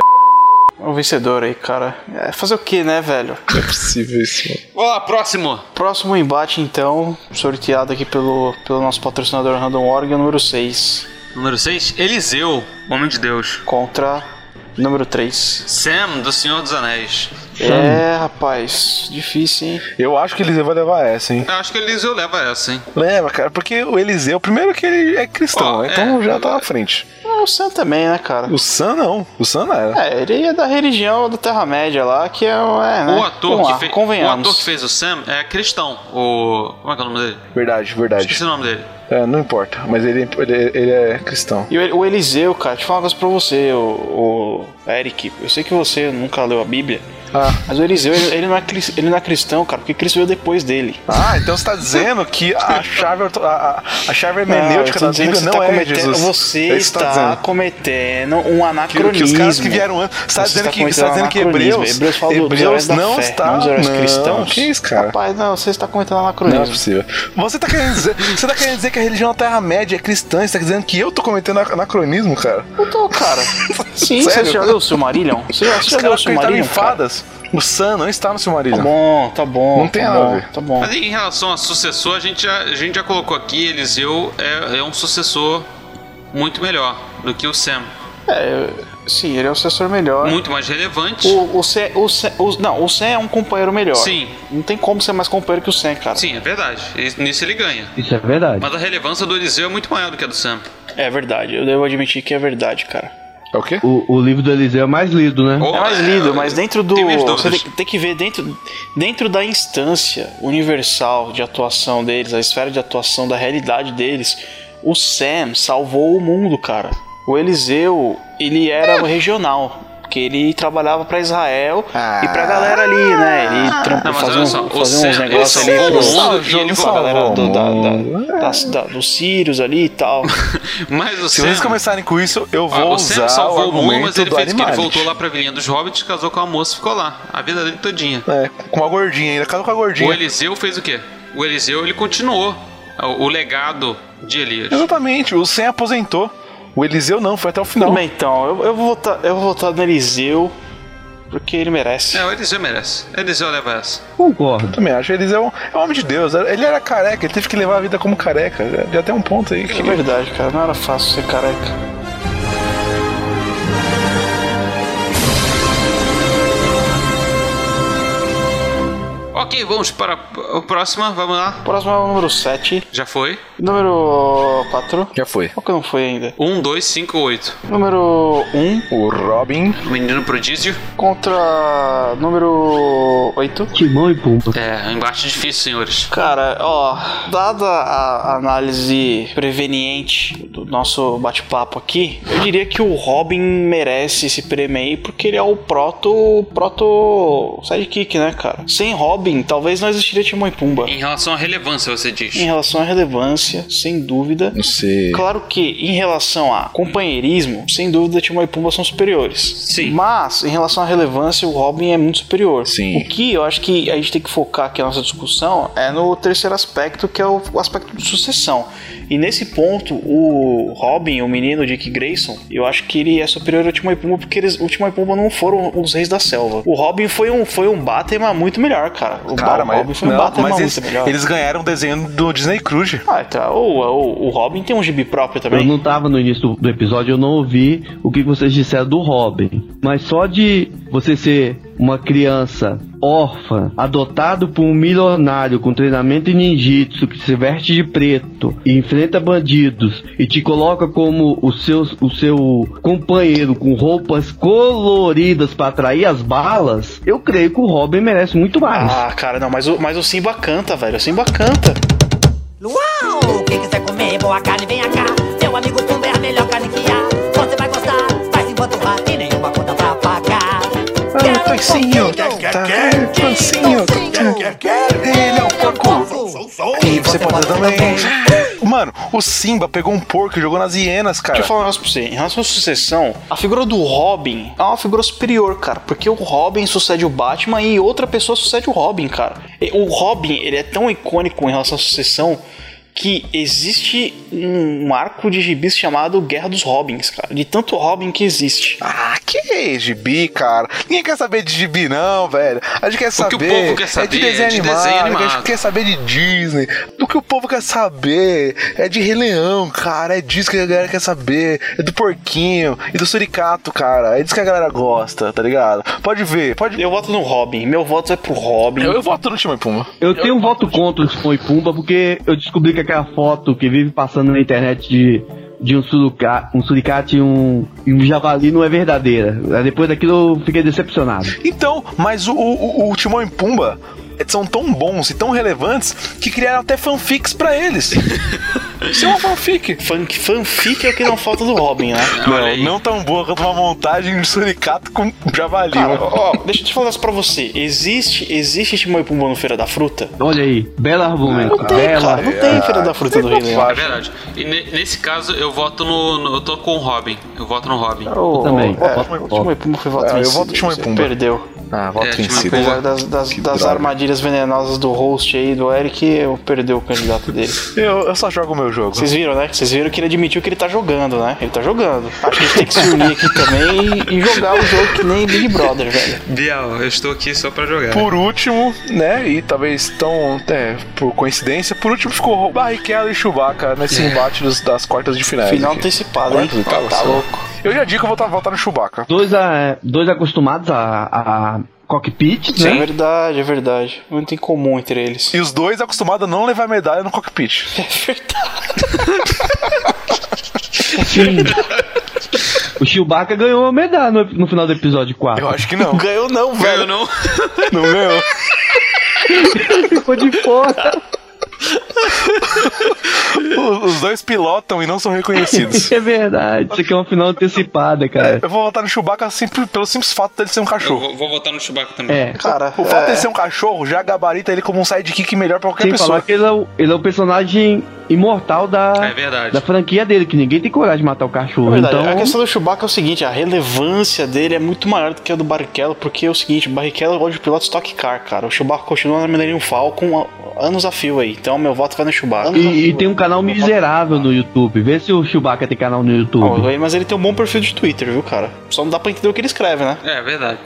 Speaker 2: O É um vencedor aí, cara. É, fazer o que, né, velho?
Speaker 1: Não é possível isso, mano.
Speaker 3: Ó, próximo.
Speaker 2: Próximo embate, então, sorteado aqui pelo, pelo nosso patrocinador Random Org, é número 6.
Speaker 3: Número 6, Eliseu, homem de Deus.
Speaker 2: Contra número 3.
Speaker 3: Sam, do Senhor dos Anéis.
Speaker 2: É, rapaz, difícil, hein?
Speaker 1: Eu acho que Eliseu vai levar essa, hein?
Speaker 3: Eu acho que o Eliseu leva essa, hein?
Speaker 1: Leva, cara, porque o Eliseu, primeiro que ele é cristão,
Speaker 3: Ó,
Speaker 1: então
Speaker 3: é.
Speaker 1: já tá à frente.
Speaker 2: Ah, o Sam também, né, cara?
Speaker 1: O Sam não, o Sam não era.
Speaker 2: É, ele é da religião da Terra-média lá, que é, é né?
Speaker 3: O ator,
Speaker 2: Vamos
Speaker 3: que
Speaker 2: lá,
Speaker 3: fez, o
Speaker 2: Convenhamos.
Speaker 3: ator que fez o Sam é cristão. O. Como é que é o nome dele?
Speaker 1: Verdade, verdade.
Speaker 3: Esqueci o nome dele.
Speaker 1: É, não importa, mas ele, ele, ele é cristão.
Speaker 2: E o, o Eliseu, cara, deixa eu falar uma coisa pra você, o, o Eric. Eu sei que você nunca leu a Bíblia,
Speaker 1: Ah.
Speaker 2: mas o Eliseu, ele, ele não é, cris- ele não é cristão, cara, porque Cristo veio depois dele.
Speaker 1: Ah, então você tá dizendo que a chave, orto- a, a- a chave
Speaker 2: eu
Speaker 1: hermenêutica
Speaker 2: tô
Speaker 1: da
Speaker 2: dizendo
Speaker 1: Bíblia
Speaker 2: que
Speaker 1: não
Speaker 2: você tá
Speaker 1: é
Speaker 2: cometendo,
Speaker 1: Jesus.
Speaker 2: Você
Speaker 1: É isso que
Speaker 2: está
Speaker 1: tá dizendo.
Speaker 2: cometendo um
Speaker 1: Que,
Speaker 2: anacronismo.
Speaker 1: que os caras que vieram antes. Você tá
Speaker 2: Você
Speaker 1: dizendo
Speaker 2: tá
Speaker 1: que, você tá
Speaker 2: cometendo
Speaker 1: dizendo que
Speaker 2: anacronismo.
Speaker 1: Hebreus.
Speaker 2: Hebreus fala dos heróis da
Speaker 1: não
Speaker 2: fé,
Speaker 1: está.
Speaker 2: não dos heróis cristãos.
Speaker 1: que isso, cara?
Speaker 2: Rapaz, não, você está cometendo um
Speaker 1: Não é
Speaker 2: anacronismo.
Speaker 1: possível. Você tá querendo dizer, você tá querendo dizer que a religião da Terra-média é cristã? Você tá dizendo que eu tô cometendo anacronismo, cara?
Speaker 2: Eu tô, cara. Sim,
Speaker 1: Sério?
Speaker 2: você já leu o Silmarillion? Você já, você
Speaker 1: Os
Speaker 2: já leu o
Speaker 1: caras acreditaram em
Speaker 2: Silmarillion? cara?
Speaker 1: fadas. O Sam não está no
Speaker 2: Tá
Speaker 1: Silmarillion.
Speaker 2: bom, tá bom.
Speaker 1: Não tem
Speaker 2: tá
Speaker 1: nada a
Speaker 2: bom,
Speaker 1: ver.
Speaker 2: Tá bom.
Speaker 3: Mas em relação a sucessor, a gente já, a gente já colocou aqui, Eliseu é, é um sucessor muito melhor do que o Sam.
Speaker 2: É, eu- sim, ele é o sucessor melhor.
Speaker 3: Muito mais relevante.
Speaker 2: O, o, Sam, o, Sam, o- não, o Sam é um companheiro melhor.
Speaker 3: Sim.
Speaker 2: Não tem como ser mais companheiro que o Sam, cara.
Speaker 3: Sim, é verdade. E- Nisso ele ganha.
Speaker 11: Isso é verdade.
Speaker 3: Mas a relevância do Eliseu é muito maior do que a do Sam.
Speaker 2: É verdade, eu devo admitir que é verdade, cara.
Speaker 1: É o quê?
Speaker 11: O, o livro do Eliseu é mais lido, né?
Speaker 3: Ou-
Speaker 2: É mais lido, mas dentro do.
Speaker 3: Tem minhas
Speaker 2: Você
Speaker 3: dúvidas.
Speaker 2: tem, tem que ver dentro, dentro da instância universal de atuação deles, a esfera de atuação da realidade deles. O Sam salvou o mundo, cara. O Eliseu, ele
Speaker 3: Hum.
Speaker 2: era regional. Porque ele trabalhava pra Israel e pra galera ali, né? Ele trampo,
Speaker 3: Ah. Não, mas
Speaker 2: fazia,
Speaker 3: olha
Speaker 2: um-
Speaker 3: só, o
Speaker 2: fazia uns
Speaker 3: Sam, ele
Speaker 2: negócios ali
Speaker 3: salvou
Speaker 2: pro,
Speaker 3: o mundo e ele
Speaker 2: pra
Speaker 3: salvou
Speaker 2: galera
Speaker 1: o
Speaker 2: do, da,
Speaker 1: mundo.
Speaker 2: da, das- da- dos sírios ali e tal.
Speaker 3: Mas o
Speaker 1: Se
Speaker 3: Sam.
Speaker 1: vocês começarem com isso, eu
Speaker 3: Ah,
Speaker 1: vou
Speaker 3: o Sam
Speaker 1: usar o
Speaker 3: salvou o mundo,
Speaker 1: argumento
Speaker 3: mas ele
Speaker 1: do
Speaker 3: fez o que ele
Speaker 1: Animality.
Speaker 3: voltou lá pra Vilinha dos Hobbits, casou com a moça e ficou lá. A vida dele todinha.
Speaker 1: É, com uma gordinha ainda. Casou com a gordinha.
Speaker 3: O Eliseu fez o quê? O Eliseu ele continuou o, o legado de Elias.
Speaker 1: Exatamente, o Sam aposentou. O Eliseu não, foi até o final.
Speaker 2: Tudo bem, então, eu, eu, vou votar, eu vou votar no Eliseu Porque ele merece.
Speaker 3: É, o Eliseu merece. Eliseu leva essa.
Speaker 11: Concordo.
Speaker 1: Também acho. Eles é um, é um homem de Deus. Ele era careca, ele teve que levar a vida como careca. Já- Já tem um ponto aí que.
Speaker 2: É verdade, cara. Não era fácil ser careca.
Speaker 3: Ok, vamos para a próxima. Vamos lá.
Speaker 2: Próximo é o número 7.
Speaker 3: Já foi?
Speaker 2: Número 4.
Speaker 1: Já foi.
Speaker 2: Qual que não foi ainda?
Speaker 3: 1, 2, 5, 8.
Speaker 2: Número 1
Speaker 1: O Robin.
Speaker 3: Menino prodígio.
Speaker 2: contra número 8.
Speaker 11: Timão e Pumba.
Speaker 3: É, um embate difícil, senhores.
Speaker 2: Cara, ó, dada a análise preveniente do nosso bate-papo aqui, eu diria que o Robin merece esse prêmio aí, porque ele é o proto. proto. sidekick, né, cara? Sem Robin, talvez não existiria Timão e Pumba.
Speaker 3: Em relação à relevância, você diz.
Speaker 2: Em relação à relevância, sem dúvida.
Speaker 1: Não sei.
Speaker 2: Claro que em relação a companheirismo, sem dúvida Timão e Pumba são superiores.
Speaker 3: Sim.
Speaker 2: Mas em relação à relevância, o Robin é muito superior.
Speaker 1: Sim.
Speaker 2: O que eu acho que a gente tem que focar aqui a nossa discussão é no terceiro aspecto, que é o aspecto de sucessão. E nesse ponto, o Robin, o menino Dick Grayson, eu acho que ele é superior ao Timão e Pumba porque eles, o Timão e Pumba não foram os reis da selva. O Robin foi um, foi um Batman muito melhor, cara. O
Speaker 1: Cara,
Speaker 2: Ba-
Speaker 1: mas,
Speaker 2: Robin foi um
Speaker 1: não,
Speaker 2: Batman
Speaker 1: mas
Speaker 2: muito
Speaker 1: eles,
Speaker 2: melhor.
Speaker 1: eles ganharam o desenho do Disney Cruise.
Speaker 2: Ah, tá. O, o, o Robin tem um gibi próprio também.
Speaker 11: Eu não tava no início do, do episódio, eu não ouvi o que vocês disseram do Robin. Mas só de você ser uma criança órfã, adotado por um milionário com treinamento em ninjitsu, que se veste de preto e enfrenta bandidos e te coloca como o seu, o seu companheiro com roupas coloridas pra atrair as balas, eu creio que o Robin merece muito mais.
Speaker 2: Ah, cara, não, mas o, mas o Simba canta, velho. O Simba canta.
Speaker 5: Luau! Quem quiser comer boa carne, vem cá. Meu amigo Pumba é a melhor carne que há. Você vai gostar, vai se empanturrar e nenhuma conta pra pagar.
Speaker 1: Ah, Toicinho! Tá, Toicinho! Ele é o porco! E você pode também! Mano, o Simba pegou um porco e jogou nas hienas, cara.
Speaker 2: Deixa eu falar um negócio pra você. Em relação à sucessão, a figura do Robin é uma figura superior, cara. Porque o Robin sucede o Batman e outra pessoa sucede o Robin, cara. E O Robin, ele é tão icônico em relação à sucessão que existe um arco de gibis chamado Guerra dos Robins, cara. De tanto Robin que existe.
Speaker 1: Ah, que gibi, cara. Ninguém quer saber de gibi, não, velho. A gente quer saber.
Speaker 3: que o povo quer saber
Speaker 1: é de desenho
Speaker 3: é de
Speaker 1: animado.
Speaker 3: desenho
Speaker 1: A gente
Speaker 3: animado.
Speaker 1: quer saber de Disney. Do que o povo quer saber é de Rei Leão, cara. É disso que a galera quer saber. É do porquinho e do suricato, cara. É disso que a galera gosta, tá ligado? Pode ver, pode.
Speaker 2: Eu voto no Robin. Meu voto é pro Robin.
Speaker 1: Eu, eu voto no Timão e Pumba.
Speaker 11: Eu tenho um voto contra o Timão e Pumba porque eu descobri que aquela foto que vive passando na internet de, de um, suruca, um suricate e um, e um javali não é verdadeira. Aí Depois daquilo eu fiquei decepcionado.
Speaker 1: Então, mas o, o, o Timão e Pumba é, são tão bons e tão relevantes que criaram até fanfics pra eles. Isso é uma fanfic.
Speaker 2: Funk, fanfic é o que não falta do Robin, né?
Speaker 3: Olha
Speaker 1: Não,
Speaker 3: aí.
Speaker 1: não tão boa quanto uma montagem de suricato com javali.
Speaker 2: Cara, ó, deixa eu te falar isso pra você. Existe, existe Timão e Pumba no Feira da Fruta?
Speaker 11: Olha aí, belo argumento.
Speaker 2: Não tem,
Speaker 11: bela.
Speaker 2: cara. Não tem Feira da Fruta do Rio Leão.
Speaker 3: É verdade. E ne- nesse caso, eu voto no, no- Eu tô com o Robin. Eu voto no Robin.
Speaker 2: Eu
Speaker 11: também.
Speaker 2: É, o Timão e Pumba foi voto
Speaker 1: Ah, eu
Speaker 2: vencido.
Speaker 1: voto Timão e
Speaker 2: Você
Speaker 1: Pumba.
Speaker 2: Perdeu.
Speaker 1: Ah,
Speaker 3: É,
Speaker 1: voto
Speaker 3: vencido.
Speaker 1: vencido.
Speaker 3: Timão e Pumba.
Speaker 2: Apesar das, das,
Speaker 1: Que
Speaker 2: das
Speaker 1: droga.
Speaker 2: armadilhas venenosas do host aí, do Eric, eu perdi o candidato dele.
Speaker 1: Eu, eu só jogo o meu jogo.
Speaker 2: Vocês viram, né? Vocês viram que ele admitiu que ele tá jogando, né? Ele tá jogando. Acho que a gente tem que se unir aqui também e, e jogar o jogo que nem Big Brother, velho.
Speaker 3: Biel, eu estou aqui só pra jogar.
Speaker 1: Por último, né, e talvez tão, é, por coincidência, por último ficou Barrichello e Chewbacca nesse
Speaker 3: É.
Speaker 1: embate dos- das quartas de finais.
Speaker 2: Final
Speaker 1: aqui.
Speaker 2: antecipado, hein?
Speaker 1: Quartas, oitavas,
Speaker 2: Tá
Speaker 1: sei lá.
Speaker 2: louco.
Speaker 1: Eu já digo que eu vou tá- votar no Chewbacca.
Speaker 11: Dois, a- dois acostumados a, a cockpit,
Speaker 2: É
Speaker 11: né?
Speaker 2: verdade, é verdade. Muito em comum entre eles.
Speaker 1: E os dois acostumados a não levar medalha no cockpit.
Speaker 11: Sim. assim, O Chewbacca ganhou a medalha no, no final do episódio 4.
Speaker 1: Eu acho que não.
Speaker 2: Ganhou não,
Speaker 3: Ganhou, não?
Speaker 1: não ganhou.
Speaker 11: Ficou de fora.
Speaker 1: O- Os dois pilotam e não são reconhecidos.
Speaker 11: É verdade. Isso aqui é uma final antecipada, cara.
Speaker 1: Eu vou votar no Chewbacca simples- pelo simples fato dele ser um
Speaker 3: Eu
Speaker 1: cachorro.
Speaker 3: vou, vou votar no Chewbacca também.
Speaker 11: É.
Speaker 2: Cara,
Speaker 1: O fato
Speaker 2: é,
Speaker 1: dele ser um cachorro já gabarita ele como um sidekick melhor pra qualquer
Speaker 11: Sem
Speaker 1: pessoa.
Speaker 11: falar que ele é, o, ele é o personagem imortal da,
Speaker 3: É verdade.
Speaker 11: da franquia dele, que ninguém tem coragem de matar o
Speaker 2: É
Speaker 11: cachorro.
Speaker 2: verdade.
Speaker 11: então,
Speaker 2: A questão do Chewbacca é o seguinte, a relevância dele é muito maior do que a do Barrichello, porque é o seguinte, o Barrichello hoje é o piloto Stock Car, cara. O Chewbacca continua na Millennium Falcon há anos a fio aí, então meu voto vai no Chewbacca.
Speaker 11: e, e tem um canal miserável no YouTube. Vê se o Chewbacca tem canal
Speaker 2: né?
Speaker 11: no
Speaker 2: Ó,
Speaker 11: YouTube.
Speaker 2: mas ele tem um bom perfil de Twitter, viu, cara? Só não dá pra entender o que ele escreve, né?
Speaker 3: É verdade.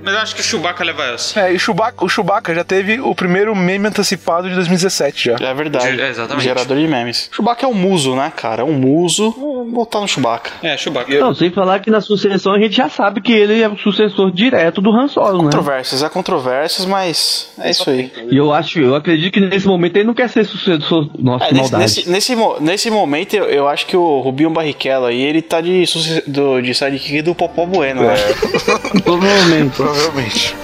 Speaker 3: Mas eu acho que o Chewbacca leva essa.
Speaker 1: É, e o Chewbacca, o Chewbacca já teve o primeiro meme antecipado de 2017 já.
Speaker 2: É verdade.
Speaker 3: É, exatamente.
Speaker 2: Gerador de memes. Chewbacca é um muso, né, cara? É um muso. Vamos botar no Chewbacca.
Speaker 3: É, Chewbacca.
Speaker 11: Não, sem falar que na sucessão a gente já sabe que ele é o sucessor direto do Han Solo, né?
Speaker 2: Controvérsias, é controvérsias, mas é isso aí.
Speaker 11: E eu acho, eu acredito que nesse momento ele não quer ser sucessor. Nossa,
Speaker 2: É,
Speaker 11: que
Speaker 2: nesse,
Speaker 11: maldade.
Speaker 2: nesse, nesse, mo- nesse momento, eu, eu acho que o Rubinho Barrichello aí, ele tá de, suce- do, de sidekick do Popó Bueno, né?
Speaker 11: Provavelmente.
Speaker 1: Provavelmente.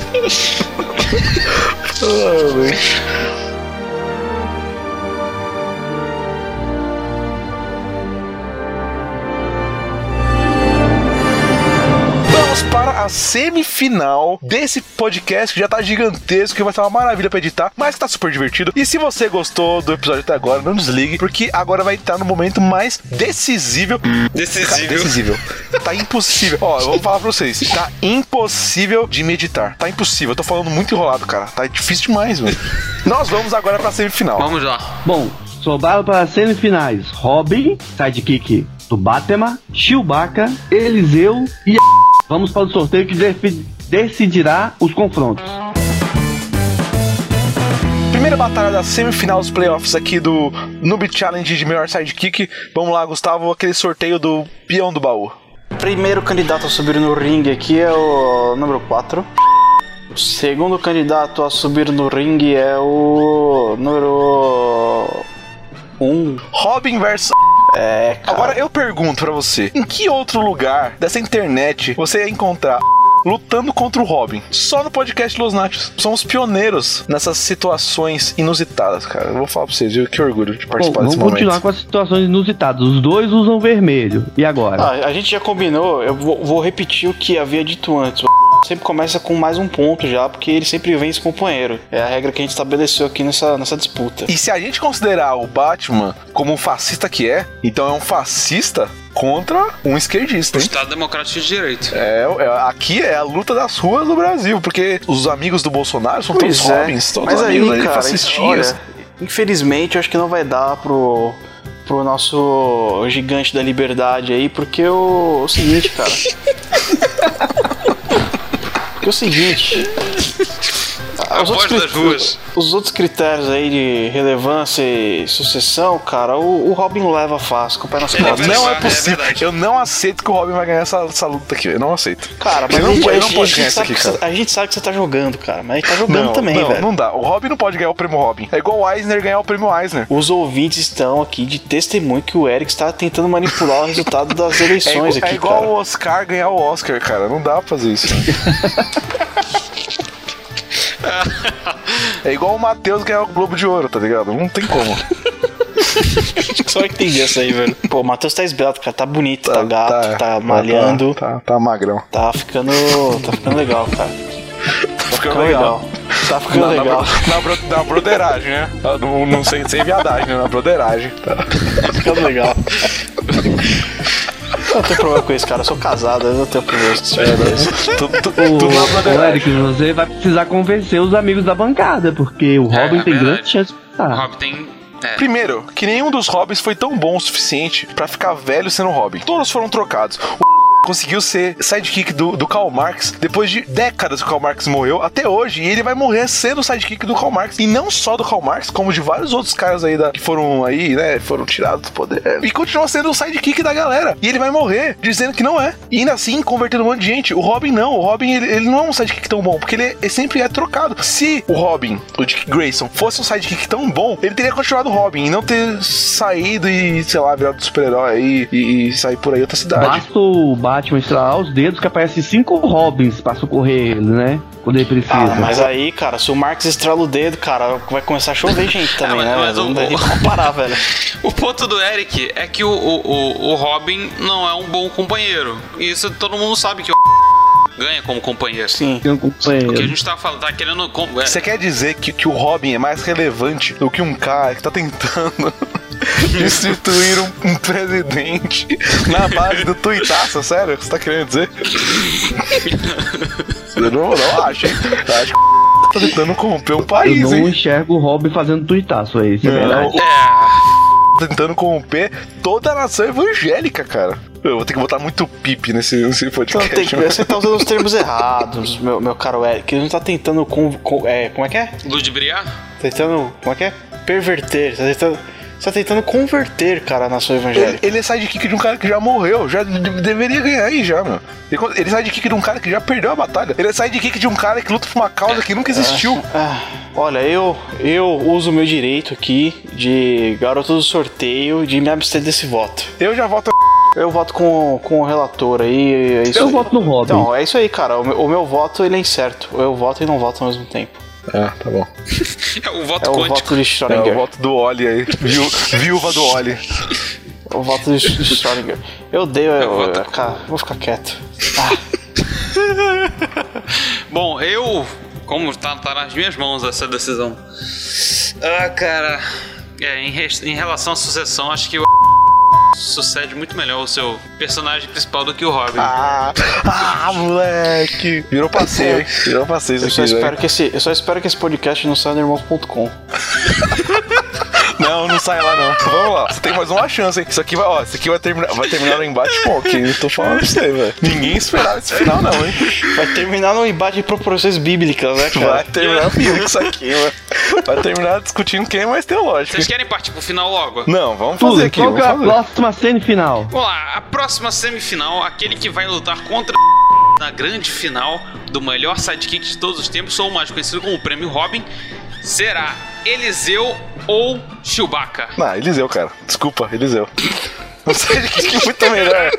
Speaker 1: Vamos para a semifinal desse podcast que já tá gigantesco, que vai ser uma maravilha pra editar, mas que tá super divertido. E se você gostou do episódio até agora, não desligue, porque agora vai estar no momento mais decisivo. Cara,
Speaker 3: Decisivo.
Speaker 1: decisivo. Tá impossível. Ó, eu vou falar pra vocês. Tá impossível de meditar. Tá impossível. Eu tô falando muito enrolado, cara. Tá difícil demais, mano. Nós vamos agora pra semifinal.
Speaker 3: Vamos lá.
Speaker 11: Bom, sobraram para as semifinais Robin, sidekick do Batman, Chewbacca, Eliseu e a... Vamos para o sorteio que defi- decidirá os confrontos.
Speaker 1: Primeira batalha da semifinal dos playoffs aqui do Noob Challenge de melhor sidekick. Vamos lá, Gustavo, aquele sorteio do peão do baú.
Speaker 2: Primeiro candidato a subir no ringue aqui é o número 4. O segundo candidato a subir no ringue é o número 1.
Speaker 1: Robin versus.
Speaker 2: É, cara.
Speaker 1: Agora eu pergunto pra você: em que outro lugar dessa internet você ia encontrar lutando contra o Robin? Só no podcast Los Nachos. São os pioneiros nessas situações inusitadas, cara. Eu vou falar pra vocês, viu? Que orgulho de
Speaker 11: Bom,
Speaker 1: participar
Speaker 11: vamos
Speaker 1: desse
Speaker 11: continuar
Speaker 1: momento.
Speaker 11: com as situações inusitadas. Os dois usam vermelho. E agora?
Speaker 2: Ah, a gente já combinou, eu vou, vou repetir o que havia dito antes. O sempre começa com mais um ponto já, porque ele sempre vence companheiro. É a regra que a gente estabeleceu aqui nessa, nessa disputa.
Speaker 1: E se a gente considerar o Batman como um fascista que é, então é um fascista contra um esquerdista, hein?
Speaker 3: Estado Democrático de Direito.
Speaker 1: É, é- aqui é a luta das ruas do Brasil, porque os amigos do Bolsonaro são todos Robins, todos
Speaker 2: é. Mas aí,
Speaker 1: amigos aí,
Speaker 2: cara, então,
Speaker 1: fascistinhas.
Speaker 2: olha, infelizmente eu acho que não vai dar pro, pro nosso gigante da liberdade aí, porque o, o seguinte, cara. Porque é o seguinte.
Speaker 3: A
Speaker 2: os
Speaker 3: voz
Speaker 2: outros
Speaker 3: das
Speaker 2: cri-
Speaker 3: ruas.
Speaker 2: Os outros critérios aí de relevância e sucessão, cara, o, o Robin leva fácil, com o pé nas
Speaker 3: Ele
Speaker 2: costas.
Speaker 3: vai
Speaker 1: Não é
Speaker 3: É
Speaker 1: possível.
Speaker 3: verdade.
Speaker 1: eu não aceito que o Robin vai ganhar essa, essa luta aqui. Eu não aceito.
Speaker 2: Cara, mas
Speaker 1: Ele não
Speaker 2: a gente-
Speaker 1: pode-
Speaker 2: a
Speaker 1: ele não
Speaker 2: gente-
Speaker 1: pode
Speaker 2: a
Speaker 1: ganhar
Speaker 2: gente
Speaker 1: isso
Speaker 2: sabe
Speaker 1: aqui,
Speaker 2: que você-
Speaker 1: cara.
Speaker 2: a gente sabe que você tá jogando, cara, mas ele tá jogando
Speaker 1: Não,
Speaker 2: também,
Speaker 1: não,
Speaker 2: velho.
Speaker 1: não dá. O Robin não pode ganhar o prêmio Robin. É igual o Eisner ganhar o prêmio Eisner.
Speaker 2: Os ouvintes estão aqui de testemunho que o Eric está tentando manipular o resultado das
Speaker 1: É, igu-
Speaker 2: eleições
Speaker 1: é
Speaker 2: aqui,
Speaker 1: igual
Speaker 2: cara.
Speaker 1: o Oscar ganhar o Oscar, cara. Não dá pra fazer isso. é igual o Matheus ganhar o Globo de Ouro, tá ligado? Não tem como.
Speaker 2: Tá Só eu entendi essa aí, velho. Pô, o Matheus tá esbelto, cara. Tá bonito, tá, gato, tá,
Speaker 1: tá-
Speaker 2: malhando. Tá,
Speaker 1: Tá, tá magrão.
Speaker 2: ficando. Tá ficando legal, cara.
Speaker 1: Tá
Speaker 2: Ficando legal. Tá ficando
Speaker 1: Na, na,
Speaker 2: legal.
Speaker 1: bro- na, bro- na broderagem, né? Não, não sei sem viadagem, né? Na broderagem. Tá.
Speaker 2: Tá ficando legal. Eu não tenho problema com isso, cara. Eu sou casado, eu não tenho problema com isso.
Speaker 1: Tudo, tudo,
Speaker 11: Ô,
Speaker 1: tudo na
Speaker 11: ô,
Speaker 1: broderagem.
Speaker 11: Eric, você vai precisar convencer os amigos da bancada, porque o Robin
Speaker 3: é
Speaker 11: tem
Speaker 3: verdade.
Speaker 11: grande chance de
Speaker 2: Ah.
Speaker 3: O
Speaker 11: passar.
Speaker 3: Robin tem. É.
Speaker 1: Primeiro, que nenhum dos Robins foi tão bom o suficiente pra ficar velho sendo Robin. Todos foram trocados. O conseguiu ser sidekick do, do Karl Marx depois de décadas que o Karl Marx morreu, até hoje, e ele vai morrer sendo sidekick do Karl Marx. E não só do Karl Marx, como de vários outros caras aí da, que foram aí, né, foram tirados do poder. E continua sendo o sidekick da galera. E ele vai morrer dizendo que não é. E ainda assim, convertendo um monte de gente. O Robin não. O Robin, ele, ele não é um sidekick tão bom, porque ele, é- ele sempre é trocado. Se o Robin, o Dick Grayson, fosse um sidekick tão bom, ele teria continuado Robin e não ter saído e, sei lá, virado super-herói aí e, e sair por aí outra cidade.
Speaker 11: Basta o Batman estralar os dedos que aparecem cinco Robins pra socorrer ele, né? Quando ele precisa.
Speaker 2: Ah, mas aí, cara, se o Marx estrala o dedo, cara, vai começar a chover gente também,
Speaker 3: mas-
Speaker 2: né?
Speaker 3: mas
Speaker 2: velho?
Speaker 3: o-
Speaker 2: não dá pra comparar, velho.
Speaker 3: O ponto do Eric é que o, o, o, o Robin não é um bom companheiro. E Isso todo mundo sabe que o ganha como companheiro.
Speaker 2: Sim.
Speaker 11: Tem um
Speaker 3: Porque a
Speaker 11: companheiro.
Speaker 3: gente tá falando, tá querendo. com- é,
Speaker 1: Você quer dizer que, que o Robin é mais relevante do que um cara que tá tentando destituir um, um presidente na base do tuitaça, sério? O que Você tá querendo dizer? Eu não, não acho, hein? Eu acho que tá tentando corromper um
Speaker 11: Eu
Speaker 1: país,
Speaker 11: não
Speaker 1: hein?
Speaker 11: enxergo o Robin fazendo tuitaço aí, isso é
Speaker 1: Não,
Speaker 11: verdade.
Speaker 1: o-
Speaker 3: É.
Speaker 1: tentando corromper toda a nação evangélica, cara. Eu vou ter que botar muito pipe nesse, nesse
Speaker 2: Não, tem,
Speaker 1: podcast. né?
Speaker 2: você tá usando os termos errados, meu, meu caro Eric. Ele não tá tentando. Com, com- é, como é que é?
Speaker 3: Ludibriar?
Speaker 2: Tentando. Como é que é? Perverter. Tá tentando, você tá tentando converter, cara, na sua
Speaker 1: Ele,
Speaker 2: evangélica.
Speaker 1: ele é sidekick de um cara que já morreu, já de- deveria ganhar aí já, mano. Ele, ele é sidekick de um cara que já perdeu a batalha. Ele é sidekick de um cara que luta por uma causa que nunca existiu.
Speaker 2: Ah, olha, eu, eu uso o meu direito aqui de garoto do sorteio de me abster desse voto.
Speaker 1: Eu já voto.
Speaker 2: Eu voto com, com o relator aí. É isso
Speaker 11: Eu
Speaker 2: aí.
Speaker 11: voto no Robin.
Speaker 2: Então, é isso aí, cara. O meu, o meu voto ele é incerto. Eu voto e não voto ao mesmo tempo.
Speaker 1: Ah, tá bom.
Speaker 3: É o
Speaker 2: É
Speaker 3: voto
Speaker 2: o
Speaker 3: quântico.
Speaker 2: voto de
Speaker 1: É
Speaker 2: Schrödinger.
Speaker 1: o voto do Oli aí. Viu- viúva do Oli.
Speaker 2: É O voto de Schrödinger. Eu odeio. Eu,
Speaker 3: voto
Speaker 2: eu- cara, vou ficar quieto.
Speaker 3: Bom, eu. Como tá, tá nas minhas mãos essa decisão? Ah, cara. É, em, res- em relação à sucessão, acho que o. Sucede muito melhor o seu personagem principal do que o Robin.
Speaker 1: Ah, ah, moleque. Virou passeio, hein? Virou passeio isso aqui,
Speaker 2: Eu só,
Speaker 1: velho.
Speaker 2: espero que esse, eu só espero que esse podcast não saia no irmãos.com.
Speaker 1: Não, não sai lá não. Vamos lá. Você tem mais uma chance, hein? Isso aqui vai, ó, isso aqui vai terminar, vai terminar no embate com alguém. Eu tô falando pra você, velho. Ninguém esperava esse final não, hein?
Speaker 2: Vai terminar num embate de proporções bíblicas, né, cara?
Speaker 1: Vai terminar pior que isso aqui, mano. Vai terminar discutindo quem é mais teológico.
Speaker 3: Vocês querem partir pro final logo?
Speaker 1: Não, vamos
Speaker 11: Tudo,
Speaker 1: fazer aqui.
Speaker 11: qual que é a
Speaker 1: Vamos fazer.
Speaker 11: próxima semifinal?
Speaker 3: Vamos lá, a próxima semifinal, aquele que vai lutar contra na grande final do melhor sidekick de todos os tempos, ou mais conhecido como o Prêmio Robin, será Eliseu ou Chewbacca?
Speaker 1: Ah, Eliseu, cara. Desculpa, Eliseu. Um sidekick muito melhor.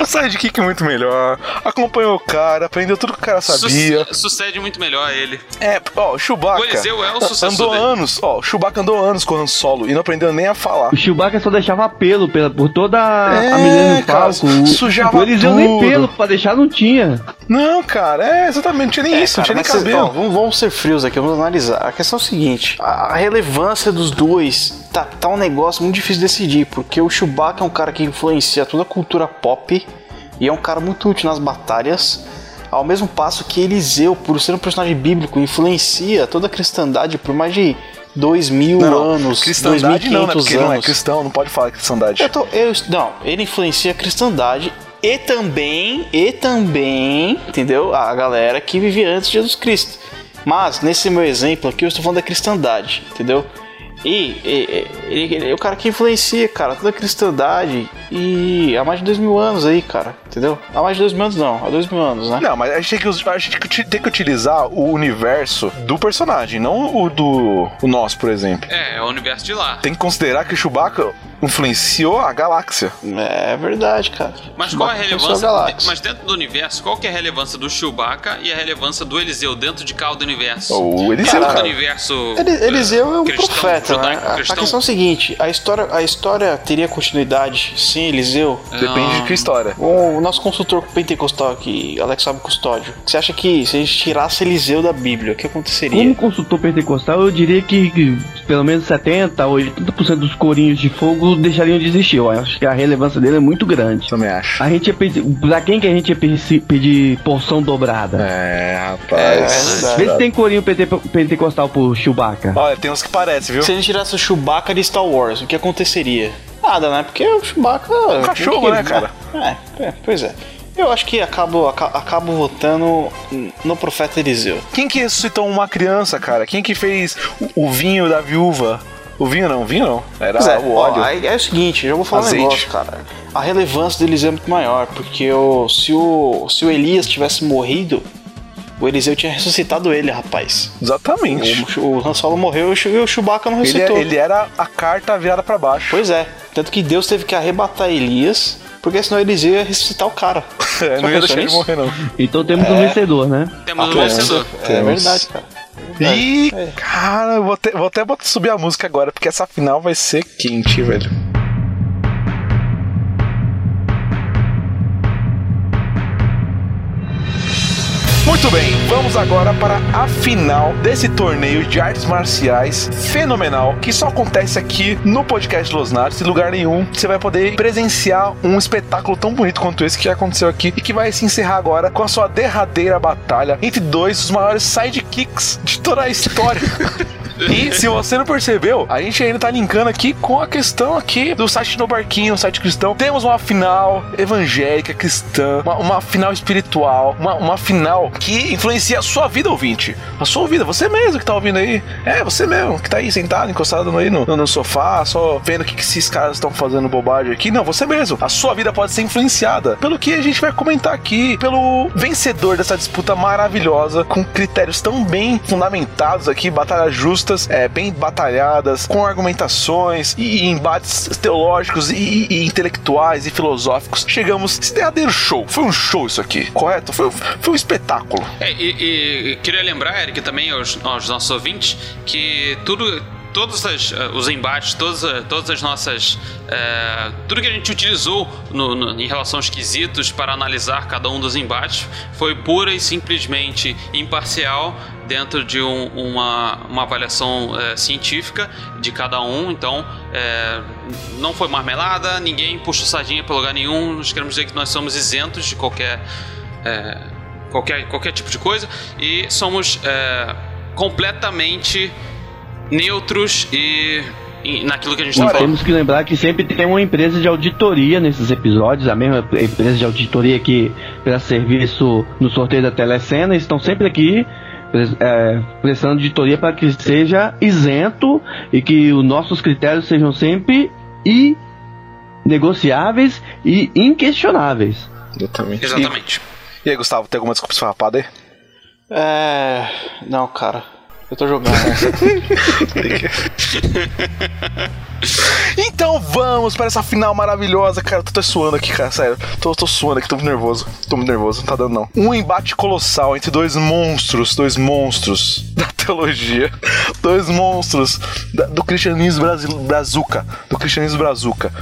Speaker 1: Um sidekick muito melhor. Acompanhou o cara, aprendeu tudo que o cara sabia.
Speaker 3: Su- sucede muito melhor a ele.
Speaker 1: É, ó, o Chewbacca.
Speaker 3: O Eliseu é o sucessor
Speaker 1: Andou
Speaker 3: dele.
Speaker 1: anos, ó, o Chewbacca andou anos com o Han Solo e não aprendeu nem a falar.
Speaker 11: O Chewbacca só deixava pelo pela, por toda a-
Speaker 1: É,
Speaker 11: a menina do
Speaker 1: cara,
Speaker 11: palco. O-
Speaker 1: sujava
Speaker 11: o Eliseu nem
Speaker 1: tudo.
Speaker 11: pelo pra deixar não tinha.
Speaker 1: Não, cara, é, exatamente, não tinha nem isso,
Speaker 2: Cara,
Speaker 1: não
Speaker 2: mas
Speaker 1: tinha nem
Speaker 2: vocês-
Speaker 1: cabelo.
Speaker 2: ó, vamos, vamos ser frios aqui, vamos analisar. A questão é o seguinte: a, a relevância dos dois tá, tá um negócio muito difícil de decidir, porque o Chewbacca é um cara que influencia toda a cultura pop e é um cara muito útil nas batalhas. Ao mesmo passo que Eliseu, por ser um personagem bíblico, influencia toda a cristandade por mais de dois mil um anos, dois
Speaker 1: cristandade
Speaker 2: mil
Speaker 1: não, né?
Speaker 2: anos.
Speaker 1: Porque ele não é cristão, não pode falar cristandade.
Speaker 2: Eu tô- eu- não, ele influencia a cristandade e também, e também, entendeu? A galera que vivia antes de Jesus Cristo. Mas, nesse meu exemplo aqui, eu estou falando da cristandade, entendeu? E, e- e- ele- ele é o cara que influencia, cara, toda a cristandade e há mais de dois mil anos aí, cara, entendeu? Há mais de dois mil anos não, há dois mil anos, né?
Speaker 1: Não, mas a gente, tem que, us- a gente tem que- tem que utilizar o universo do personagem, não o do o nosso, por exemplo.
Speaker 3: É, é o universo de lá.
Speaker 1: Tem que considerar que o Chewbacca influenciou a galáxia.
Speaker 2: É verdade, cara.
Speaker 3: Mas qual é a
Speaker 2: Chewbacca
Speaker 3: relevância?
Speaker 2: influenciou a galáxia.
Speaker 3: Mas dentro do universo, qual que é a relevância do Chewbacca e a relevância do Eliseu dentro de cada universo?
Speaker 1: O Eliseu,
Speaker 3: Dentro do
Speaker 1: cara.
Speaker 3: universo. eh,
Speaker 2: Ele- Eliseu é um
Speaker 3: cristão,
Speaker 2: profeta, né? A- A
Speaker 3: judaico-cristão?
Speaker 2: questão é o seguinte: a história, a história teria continuidade sem Eliseu?
Speaker 1: Depende de que história.
Speaker 2: O o nosso consultor pentecostal aqui, Alex Fábio Custódio, você acha que se a gente tirasse Eliseu da Bíblia, o que
Speaker 11: Como
Speaker 2: aconteceria?
Speaker 11: consultor pentecostal, eu diria que, que pelo menos 70 ou 80% dos corinhos de fogo deixariam de existir. Eu acho que a relevância dele é muito grande.
Speaker 1: Também acho.
Speaker 11: A gente ia pedir, pra quem que a gente ia pe- pedir porção dobrada?
Speaker 1: É,
Speaker 2: É,
Speaker 1: rapaz.
Speaker 2: verdade.
Speaker 11: Vê se tem corinho pente- pentecostal pro Chewbacca.
Speaker 1: Olha, tem uns que parecem, viu?
Speaker 2: Se a gente tirasse o Chewbacca de Star Wars, o que aconteceria? Nada, né? Porque o Chewbacca. É um
Speaker 1: cachorro, né, cara?
Speaker 2: É, é, pois é. Eu acho que acabo, aca- acabo votando no profeta Eliseu.
Speaker 1: Quem que ressuscitou uma criança, cara? Quem que fez o, o vinho da viúva? O vinho não, o vinho não. Era
Speaker 2: Pois é,
Speaker 1: o
Speaker 2: ó,
Speaker 1: óleo.
Speaker 2: aí- é o seguinte, eu já vou falar
Speaker 1: Azeite.
Speaker 2: um negócio, cara. A relevância do Eliseu é muito maior, porque o, se, o, se o Elias tivesse morrido, o Eliseu tinha ressuscitado ele, rapaz.
Speaker 1: Exatamente.
Speaker 2: O, o Han Solo morreu e o Chu- e o Chewbacca não
Speaker 1: Ele, é,
Speaker 2: ressuscitou.
Speaker 1: ele era a carta virada pra baixo.
Speaker 2: Pois é, tanto que Deus teve que arrebatar Elias, porque senão Eliseu ia ressuscitar o cara.
Speaker 1: É,
Speaker 2: Já
Speaker 1: não ia
Speaker 2: pensou
Speaker 1: deixar ele
Speaker 2: nisso?
Speaker 1: morrer, não.
Speaker 11: Então temos um vencedor, né?
Speaker 3: Temos o
Speaker 1: Ah, é.
Speaker 3: vencedor.
Speaker 2: É verdade, cara.
Speaker 1: Ih, cara, eu vou até, vou até botar, subir a música agora, porque essa final vai ser quente, velho. Muito bem, vamos agora para a final desse torneio de artes marciais fenomenal que só acontece aqui no podcast Los Natos, em lugar nenhum. Você vai poder presenciar um espetáculo tão bonito quanto esse que aconteceu aqui e que vai se encerrar agora com a sua derradeira batalha entre dois dos maiores sidekicks de toda a história. E se você não percebeu, a gente ainda tá linkando aqui com a questão aqui do site No Barquinho, o site cristão. Temos uma final evangélica, cristã, uma, uma final espiritual, uma, uma final que influencia a sua vida, ouvinte. A sua vida, você mesmo que tá ouvindo aí. É, você mesmo que tá aí sentado, encostado aí no, no, no sofá, só vendo o que, que esses caras estão fazendo bobagem aqui. Não, você mesmo. Então, A sua vida pode ser influenciada pelo que a gente vai comentar aqui, pelo vencedor dessa disputa maravilhosa, com critérios tão bem fundamentados aqui, batalhas justas, é, bem batalhadas, com argumentações e, e embates teológicos e, e- e intelectuais e filosóficos. Chegamos. Esse derradeiro show. Foi um show isso aqui, correto? Foi, foi um espetáculo.
Speaker 3: É, e, e- e queria lembrar, Eric, também aos, aos nossos ouvintes, que tudo. Todos as- eh, os embates, todas, a- todas as nossas. eh, tudo que a gente utilizou no- no- em relação aos quesitos para analisar cada um dos embates foi pura e simplesmente imparcial dentro de um- uma, uma avaliação eh, científica de cada um. Então, eh, não foi marmelada, ninguém puxou sardinha para lugar nenhum. Nós queremos dizer que nós somos isentos de qualquer. eh, qualquer, qualquer tipo de coisa e somos é, completamente neutros e, e naquilo que a gente está
Speaker 11: Nós
Speaker 3: falando.
Speaker 11: temos que lembrar que sempre tem uma empresa de auditoria nesses episódios, a mesma empresa de auditoria que presta serviço no sorteio da Telecena, estão sempre aqui pres- é, prestando auditoria para que seja isento e que os nossos critérios sejam sempre inegociáveis e inquestionáveis.
Speaker 1: Exatamente. E, e aí, Gustavo, tem alguma desculpa esfarrapada aí?
Speaker 2: É. Não, cara. Eu tô jogando.
Speaker 1: Então vamos para essa final maravilhosa, cara. Eu tô, tô suando aqui, cara, sério. Tô, tô suando aqui, tô muito nervoso. Tô muito nervoso, não tá dando não. Um embate colossal entre dois monstros, dois monstros da teologia, dois monstros da- do cristianismo brasil, brazuca, do cristianismo brazuca.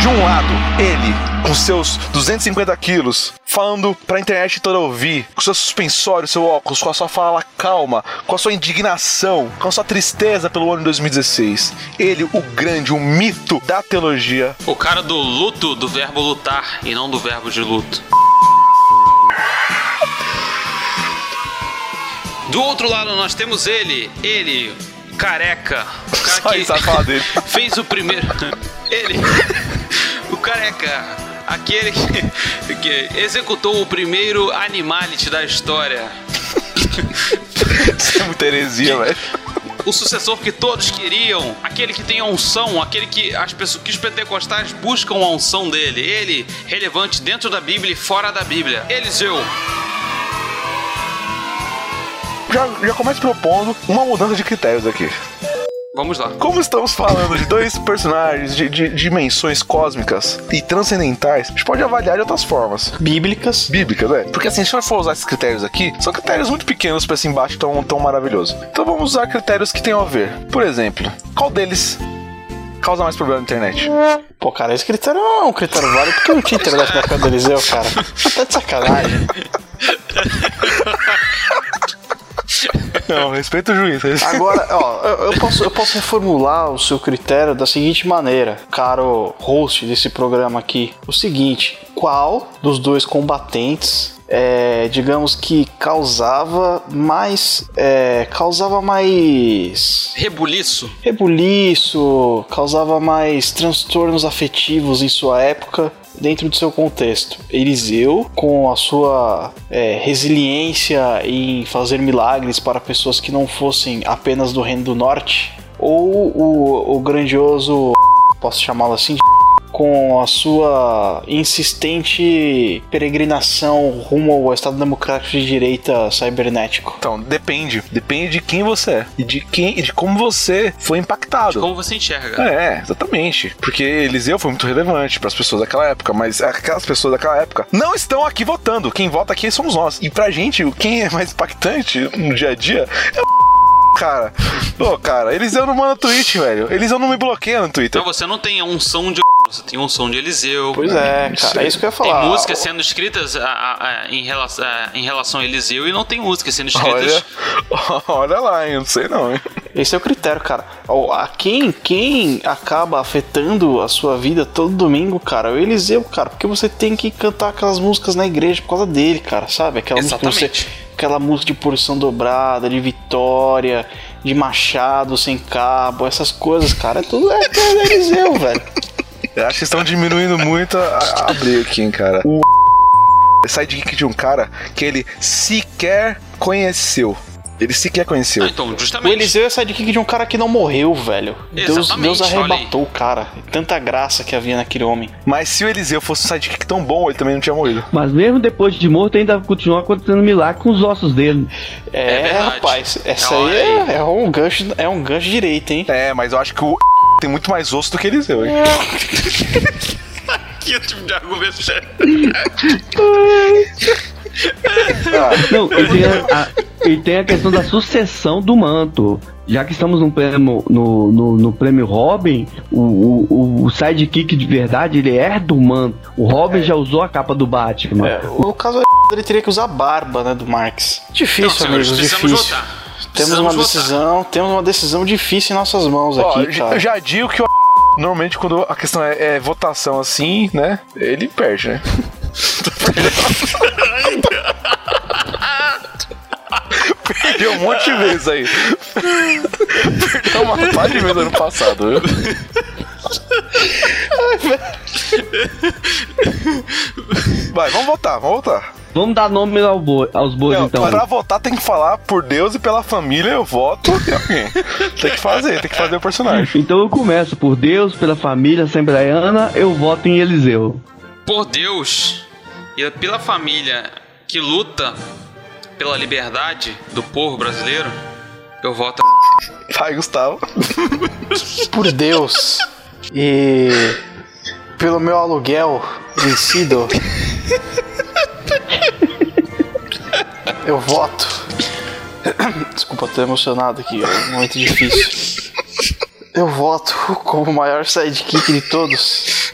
Speaker 1: De um lado, ele, com seus 250 quilos, falando pra internet toda ouvir, com seu suspensório, seu óculos, com a sua fala calma, com a sua indignação, com a sua tristeza pelo ano de 2016. Ele, o grande, o mito da teologia.
Speaker 3: O cara do luto, do verbo lutar e não do verbo de luto. Do outro lado nós temos ele, ele, careca. O cara que fez o primeiro. Ele. O careca. Aquele que, que executou o primeiro animality da história.
Speaker 1: Isso é muita heresia, velho.
Speaker 3: O sucessor que todos queriam, aquele que tem a unção, aquele que as pessoas que os pentecostais buscam a unção dele, ele relevante dentro da Bíblia e fora da Bíblia. Eliseu.
Speaker 1: Já, já começa propondo uma mudança de critérios aqui.
Speaker 3: Vamos lá.
Speaker 1: Como estamos falando de dois personagens de, de dimensões cósmicas e transcendentais, a gente pode avaliar de outras formas.
Speaker 2: Bíblicas.
Speaker 1: Bíblicas, é. Porque assim, se a gente for usar esses critérios aqui, são critérios muito pequenos para esse embate tão, tão maravilhoso. Então vamos usar critérios que tenham a ver. Por exemplo, qual deles causa mais problema na internet?
Speaker 2: Pô, cara, esse critério é um critério válido porque não tinha internet na casa do Eliseu, cara. Tá de sacanagem.
Speaker 1: Não, respeita o juiz.
Speaker 2: Agora, ó, eu, eu posso, eu posso reformular o seu critério da seguinte maneira, caro host desse programa aqui. O seguinte, qual dos dois combatentes, é, digamos que causava mais, é, causava mais
Speaker 3: Rebuliço.
Speaker 2: rebuliço, causava mais transtornos afetivos em sua época dentro do seu contexto. Eliseu, com a sua é, resiliência em fazer milagres para pessoas que não fossem apenas do Reino do Norte, ou o, o grandioso, posso chamá-lo assim, com a sua insistente peregrinação rumo ao Estado Democrático de Direita cibernético.
Speaker 1: Então, depende. Depende de quem você é e de quem e de como você foi impactado.
Speaker 3: Como você enxerga?
Speaker 1: É, exatamente. Porque Eliseu foi muito relevante para as pessoas daquela época, mas aquelas pessoas daquela época não estão aqui votando. Quem vota aqui somos nós. E pra gente, o- quem é mais impactante no dia a dia é o cara. Pô, cara, Eliseu não manda tweet, velho. Eliseu não me bloqueia no Twitter.
Speaker 3: Então você não tem um som de você tem um som de Eliseu.
Speaker 2: Pois é, cara, é isso que eu ia falar.
Speaker 3: Tem músicas sendo escritas a- a- a- em, relação, a- em relação a Eliseu e não tem músicas sendo escritas.
Speaker 1: Olha, olha lá, hein? Não sei não, hein?
Speaker 2: Esse é o critério, cara. Ó, A quem, quem acaba afetando a sua vida todo domingo, cara, é o Eliseu, cara, porque você tem que cantar aquelas músicas na igreja por causa dele, cara, sabe? Aquela música que você
Speaker 3: Exatamente.
Speaker 2: aquela música de porção dobrada, de vitória, de machado sem cabo, essas coisas, cara, é tudo é, tudo é Eliseu, velho.
Speaker 1: Eu acho que estão diminuindo muito a, a a Breaking, cara. O sidekick de um cara que ele sequer conheceu. Ele sequer conheceu.
Speaker 3: então,
Speaker 2: O Eliseu é sidekick de um cara que não morreu, velho. Deus,
Speaker 1: Exatamente,
Speaker 2: Deus
Speaker 1: olha
Speaker 2: arrebatou o cara. Tanta graça que havia naquele homem.
Speaker 1: Mas se o Eliseu fosse um sidekick tão bom, ele também não tinha morrido.
Speaker 11: Mas mesmo depois de morto, ainda continua acontecendo milagre com os ossos dele.
Speaker 2: É, rapaz, essa aí é, é um gancho, é um gancho direito, hein?
Speaker 1: É, mas eu acho que o tem muito mais osso do que Eliseu, hein?
Speaker 3: Que tipo de argumento
Speaker 11: Não, e tem, a, a- e tem a questão da sucessão do manto. Já que estamos no prêmio, no, no, no prêmio Robin, o, o, o sidekick de verdade, ele herda o manto. O Robin
Speaker 1: É.
Speaker 11: já usou a capa do Batman.
Speaker 2: No É, caso, ele teria que usar a barba, né, do Marx. Difícil,
Speaker 11: Não, senhores,
Speaker 2: amigos, difícil.
Speaker 11: precisamos votar.
Speaker 2: Temos
Speaker 11: Precisamos
Speaker 2: uma
Speaker 11: votar.
Speaker 2: decisão, temos uma decisão difícil em nossas mãos
Speaker 1: Ó,
Speaker 2: Tá aqui,
Speaker 1: eu
Speaker 2: cara.
Speaker 1: já digo que o normalmente quando a questão é, é votação assim, né? Ele perde, né? Perdeu um monte de vezes aí. Perdeu uma par de vezes ano passado, viu? Vai, vamos votar, vamos votar.
Speaker 11: Vamos dar nome ao boi- aos bois,
Speaker 1: Não,
Speaker 11: então.
Speaker 1: Pra votar tem que falar por Deus e pela família, eu voto em alguém. Tem que fazer, tem que fazer o personagem.
Speaker 11: Então eu começo por Deus, pela família assembleiana, eu voto em Eliseu.
Speaker 3: Por Deus e pela família que luta pela liberdade do povo brasileiro, eu voto.
Speaker 1: Vai, Gustavo.
Speaker 2: Por Deus. E pelo meu aluguel vencido. eu voto. Desculpa, tô emocionado aqui, é um momento difícil. Eu voto como o maior sidekick de todos.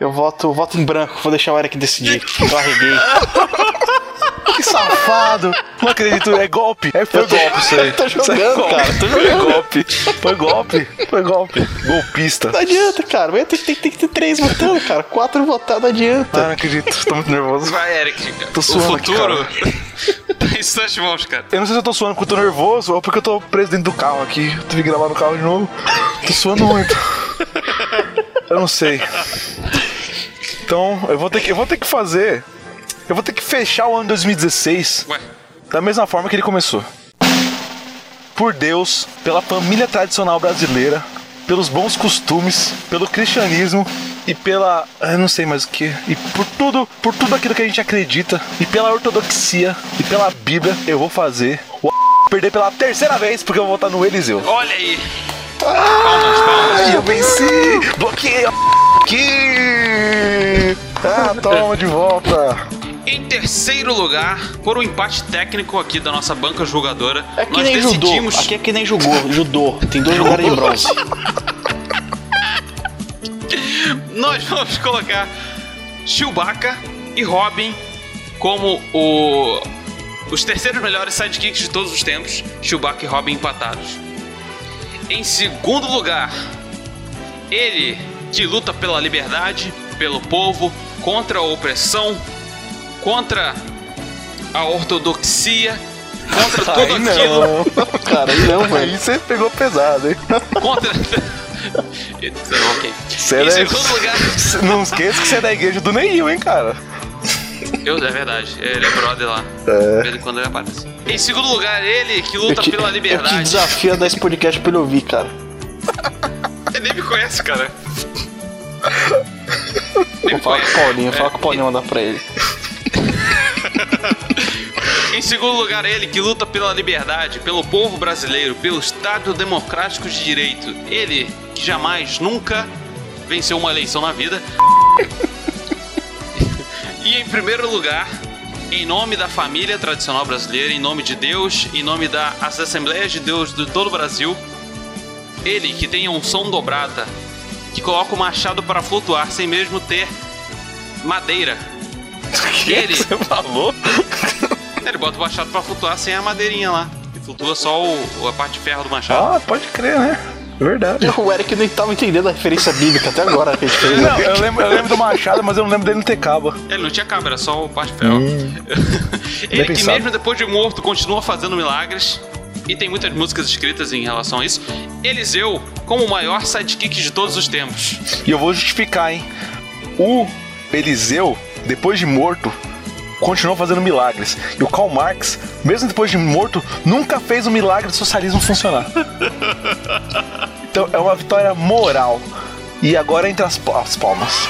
Speaker 2: Eu voto, voto em branco, vou deixar o Eric decidir. Eu arreguei.
Speaker 1: Que safado! Não acredito, é golpe. É, foi
Speaker 2: Eu tô-
Speaker 1: golpe isso aí.
Speaker 2: eu tô
Speaker 1: Isso aí
Speaker 2: jogando,
Speaker 1: é golpe.
Speaker 2: cara, eu tô
Speaker 1: Foi
Speaker 2: jogando.
Speaker 1: golpe. Foi golpe. Foi golpe. Golpista.
Speaker 2: Não adianta, cara. Mas tem, tem, tem que ter três votando, cara. Quatro votados não adianta.
Speaker 1: Ah, não acredito, tô muito nervoso.
Speaker 3: Vai, Eric.
Speaker 1: Tô
Speaker 3: o
Speaker 1: suando aqui,
Speaker 3: futuro tá em suas mãos, cara.
Speaker 1: Eu não sei se eu tô suando porque eu tô nervoso ou porque eu tô preso dentro do carro aqui. Eu tive que gravar no carro de novo. Tô suando muito. Eu não sei. Então, eu vou ter que, eu vou ter que fazer. Eu vou ter que fechar o ano 2016 da mesma forma que ele começou. Por Deus, pela família tradicional brasileira, pelos bons costumes, pelo cristianismo e pela. Eu não sei mais o que. E por tudo, por tudo aquilo que a gente acredita, e pela ortodoxia, e pela Bíblia, eu vou fazer o perder pela terceira vez, porque eu vou votar no Eliseu.
Speaker 3: Olha aí.
Speaker 1: Ah, eu venci! Bloqueio! Que... Ah, toma de volta!
Speaker 3: Em terceiro lugar, por um empate técnico aqui da nossa banca julgadora,
Speaker 2: É que
Speaker 3: nós
Speaker 2: nem judô.
Speaker 3: decidimos.
Speaker 2: Aqui é que nem judô. Judô. Tem dois lugares de bronze.
Speaker 3: Nós vamos colocar Chewbacca e Robin como o- os terceiros melhores sidekicks de todos os tempos. Chewbacca e Robin empatados. Em segundo lugar, ele que luta pela liberdade, pelo povo, contra a opressão, contra a ortodoxia, contra tudo
Speaker 1: Aí
Speaker 3: aquilo.
Speaker 1: não. Cara, aí não, velho. Aí você pegou pesado, hein?
Speaker 3: Contra. ok.
Speaker 1: Você
Speaker 3: Em
Speaker 1: é da-
Speaker 3: segundo lugar.
Speaker 1: Não esqueça que você é da igreja do Neil, hein, cara?
Speaker 3: Eu, é verdade, ele é brother lá. De vez em quando ele aparece. Em segundo lugar, ele que
Speaker 2: Eu
Speaker 3: luta
Speaker 2: te,
Speaker 3: pela
Speaker 2: eu te
Speaker 3: liberdade.
Speaker 2: desafio a dar esse podcast pra ele ouvir, cara.
Speaker 3: Ele nem me conhece, cara.
Speaker 2: Vou falar com o Paulinho. Falar com o Paulinho mandar pra ele.
Speaker 3: Em segundo lugar, ele que luta pela liberdade, pelo povo brasileiro, pelo Estado Democrático de Direito. Ele que jamais, nunca venceu uma eleição na vida. e em primeiro lugar, em nome da família tradicional brasileira, em nome de Deus, em nome da- das Assembleias de Deus de todo o Brasil, ele que tem a unção dobrada, que coloca o machado para flutuar sem mesmo ter madeira. Ele. Você
Speaker 1: falou?
Speaker 3: Ele bota o machado pra flutuar sem a madeirinha lá. E flutua só o, o- a parte de ferro do machado.
Speaker 1: Ah, pode crer, né? Verdade.
Speaker 2: O Eric nem tava entendendo a referência bíblica até agora que a gente fez. né?
Speaker 1: Não, eu lembro, eu lembro do Machado, mas eu não lembro dele não ter cabo.
Speaker 3: Ele não tinha cabra, era só o
Speaker 1: Ah.
Speaker 3: pastel.
Speaker 1: Hum. bem
Speaker 3: Ele que
Speaker 1: pensado.
Speaker 3: mesmo depois de morto continua fazendo milagres. E tem muitas músicas escritas em relação a isso. Eliseu, como o maior sidekick de todos os tempos.
Speaker 1: E eu vou justificar, hein? O Eliseu, depois de morto, continuou fazendo milagres. E o Karl Marx, mesmo depois de morto, nunca fez o milagre do socialismo funcionar. Então é uma vitória moral. E agora entra as, pa- as palmas.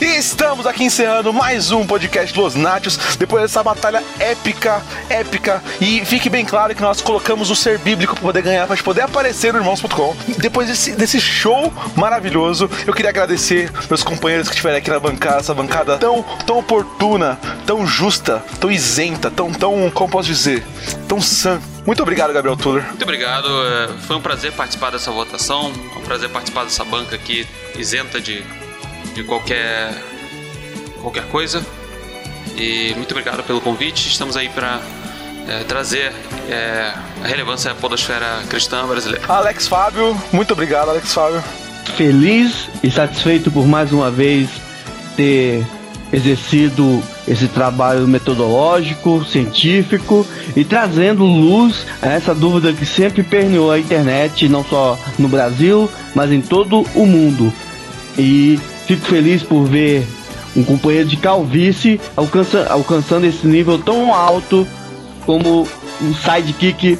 Speaker 1: E estamos aqui encerrando mais um podcast Los Nachos, depois dessa batalha épica, épica. E fique bem claro que nós colocamos o ser bíblico para poder ganhar, para poder aparecer no irmãos.com. Depois desse, desse show maravilhoso, eu queria agradecer meus companheiros que estiveram aqui na bancada, essa bancada tão, tão oportuna, tão justa, tão isenta, tão, tão, como posso dizer, tão sã. Muito obrigado, Gabriel Tuller.
Speaker 3: Muito obrigado. é, Foi um prazer participar dessa votação. É um prazer participar dessa banca aqui isenta de, de qualquer qualquer coisa. E muito obrigado pelo convite. Estamos aí para trazer é, a relevância à podosfera cristã brasileira.
Speaker 1: Alex Fábio, muito obrigado, Alex Fábio.
Speaker 12: Feliz e satisfeito por mais uma vez ter exercido esse trabalho metodológico, científico e trazendo luz a essa dúvida que sempre permeou a internet, não só no Brasil, mas em todo o mundo. E fico feliz por ver um companheiro de calvície alcança- alcançando esse nível tão alto como um sidekick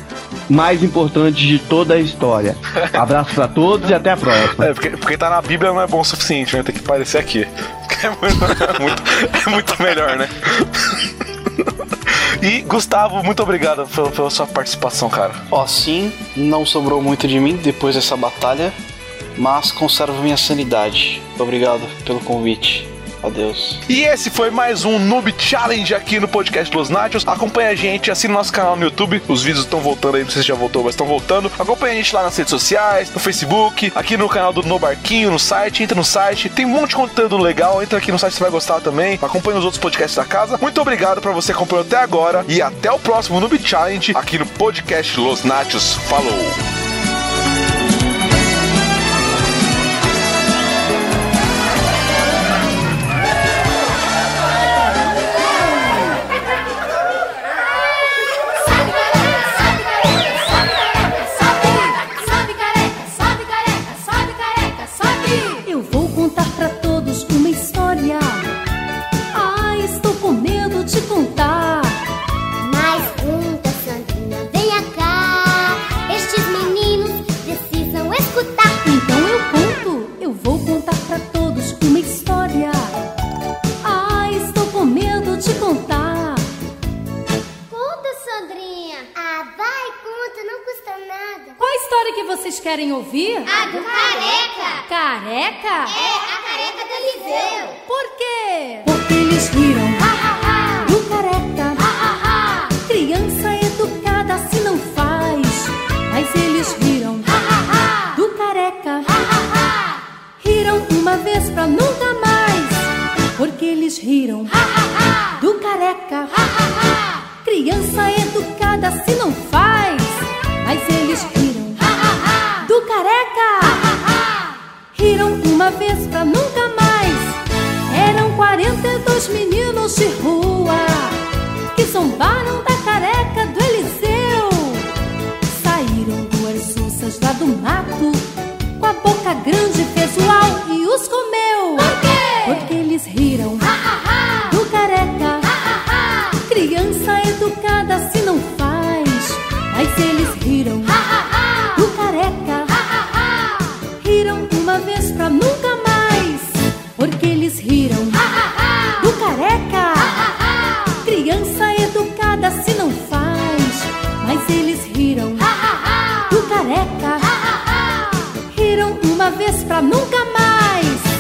Speaker 12: mais importante de toda a história. Abraço pra todos e até a próxima.
Speaker 1: É, porque, porque tá na Bíblia não é bom o suficiente, né? Tem que aparecer aqui. É muito, é muito, é muito melhor, né? E, Gustavo, muito obrigado pela, pela sua participação, cara.
Speaker 2: Ó, sim, não sobrou muito de mim depois dessa batalha, mas conservo minha sanidade. Obrigado pelo convite. Adeus.
Speaker 1: E esse foi mais um Noob Challenge aqui no podcast Los Nachos. Acompanha a gente, assina nosso canal no YouTube. Os vídeos estão voltando aí, não sei se já voltou, mas estão voltando. Acompanha a gente lá nas redes sociais, no Facebook, aqui no canal do No Barquinho, no site. Entra no site, tem um monte de conteúdo legal. Entra aqui no site, você vai gostar também. Acompanha os outros podcasts da casa. Muito obrigado pra você que acompanhou até agora. E até o próximo Noob Challenge aqui no podcast Los Nachos. Falou!
Speaker 11: Sobe careca, sobe careca, sobe careca, sobe! Eu vou contar pra todos uma história. Ah, estou com medo de contar.
Speaker 5: Mas conta, Sandrinha, venha tá cá. Estes meninos precisam escutar.
Speaker 11: Então eu conto, eu vou contar pra todos uma história. Ah, estou com medo de contar.
Speaker 5: Conta, Sandrinha. Ah, vai, conta, não custa nada.
Speaker 11: Qual a história que é, vocês querem ouvir?
Speaker 5: A do careca. É,
Speaker 11: Careca?
Speaker 5: a careca do Eliseu.
Speaker 11: Por quê? Porque eles riram do careca. Criança educada se não faz. Mas eles riram do careca. Riram uma vez pra nunca mais. Porque eles riram do careca. Criança educada se não faz. Mas eles riram do careca. Riram uma vez pra nunca mais. Eram 42 meninos de rua que zombaram da careca do Eliseu. Saíram duas ursas lá do mato com a boca grande fez uau e os comeu. Por quê? Porque eles riram do careca. Criança educada se não faz, mas eles riram do careca. Riram uma vez pra nunca mais, porque eles riram do careca. Criança educada se não faz, mas eles riram do careca. Riram uma vez pra nunca mais.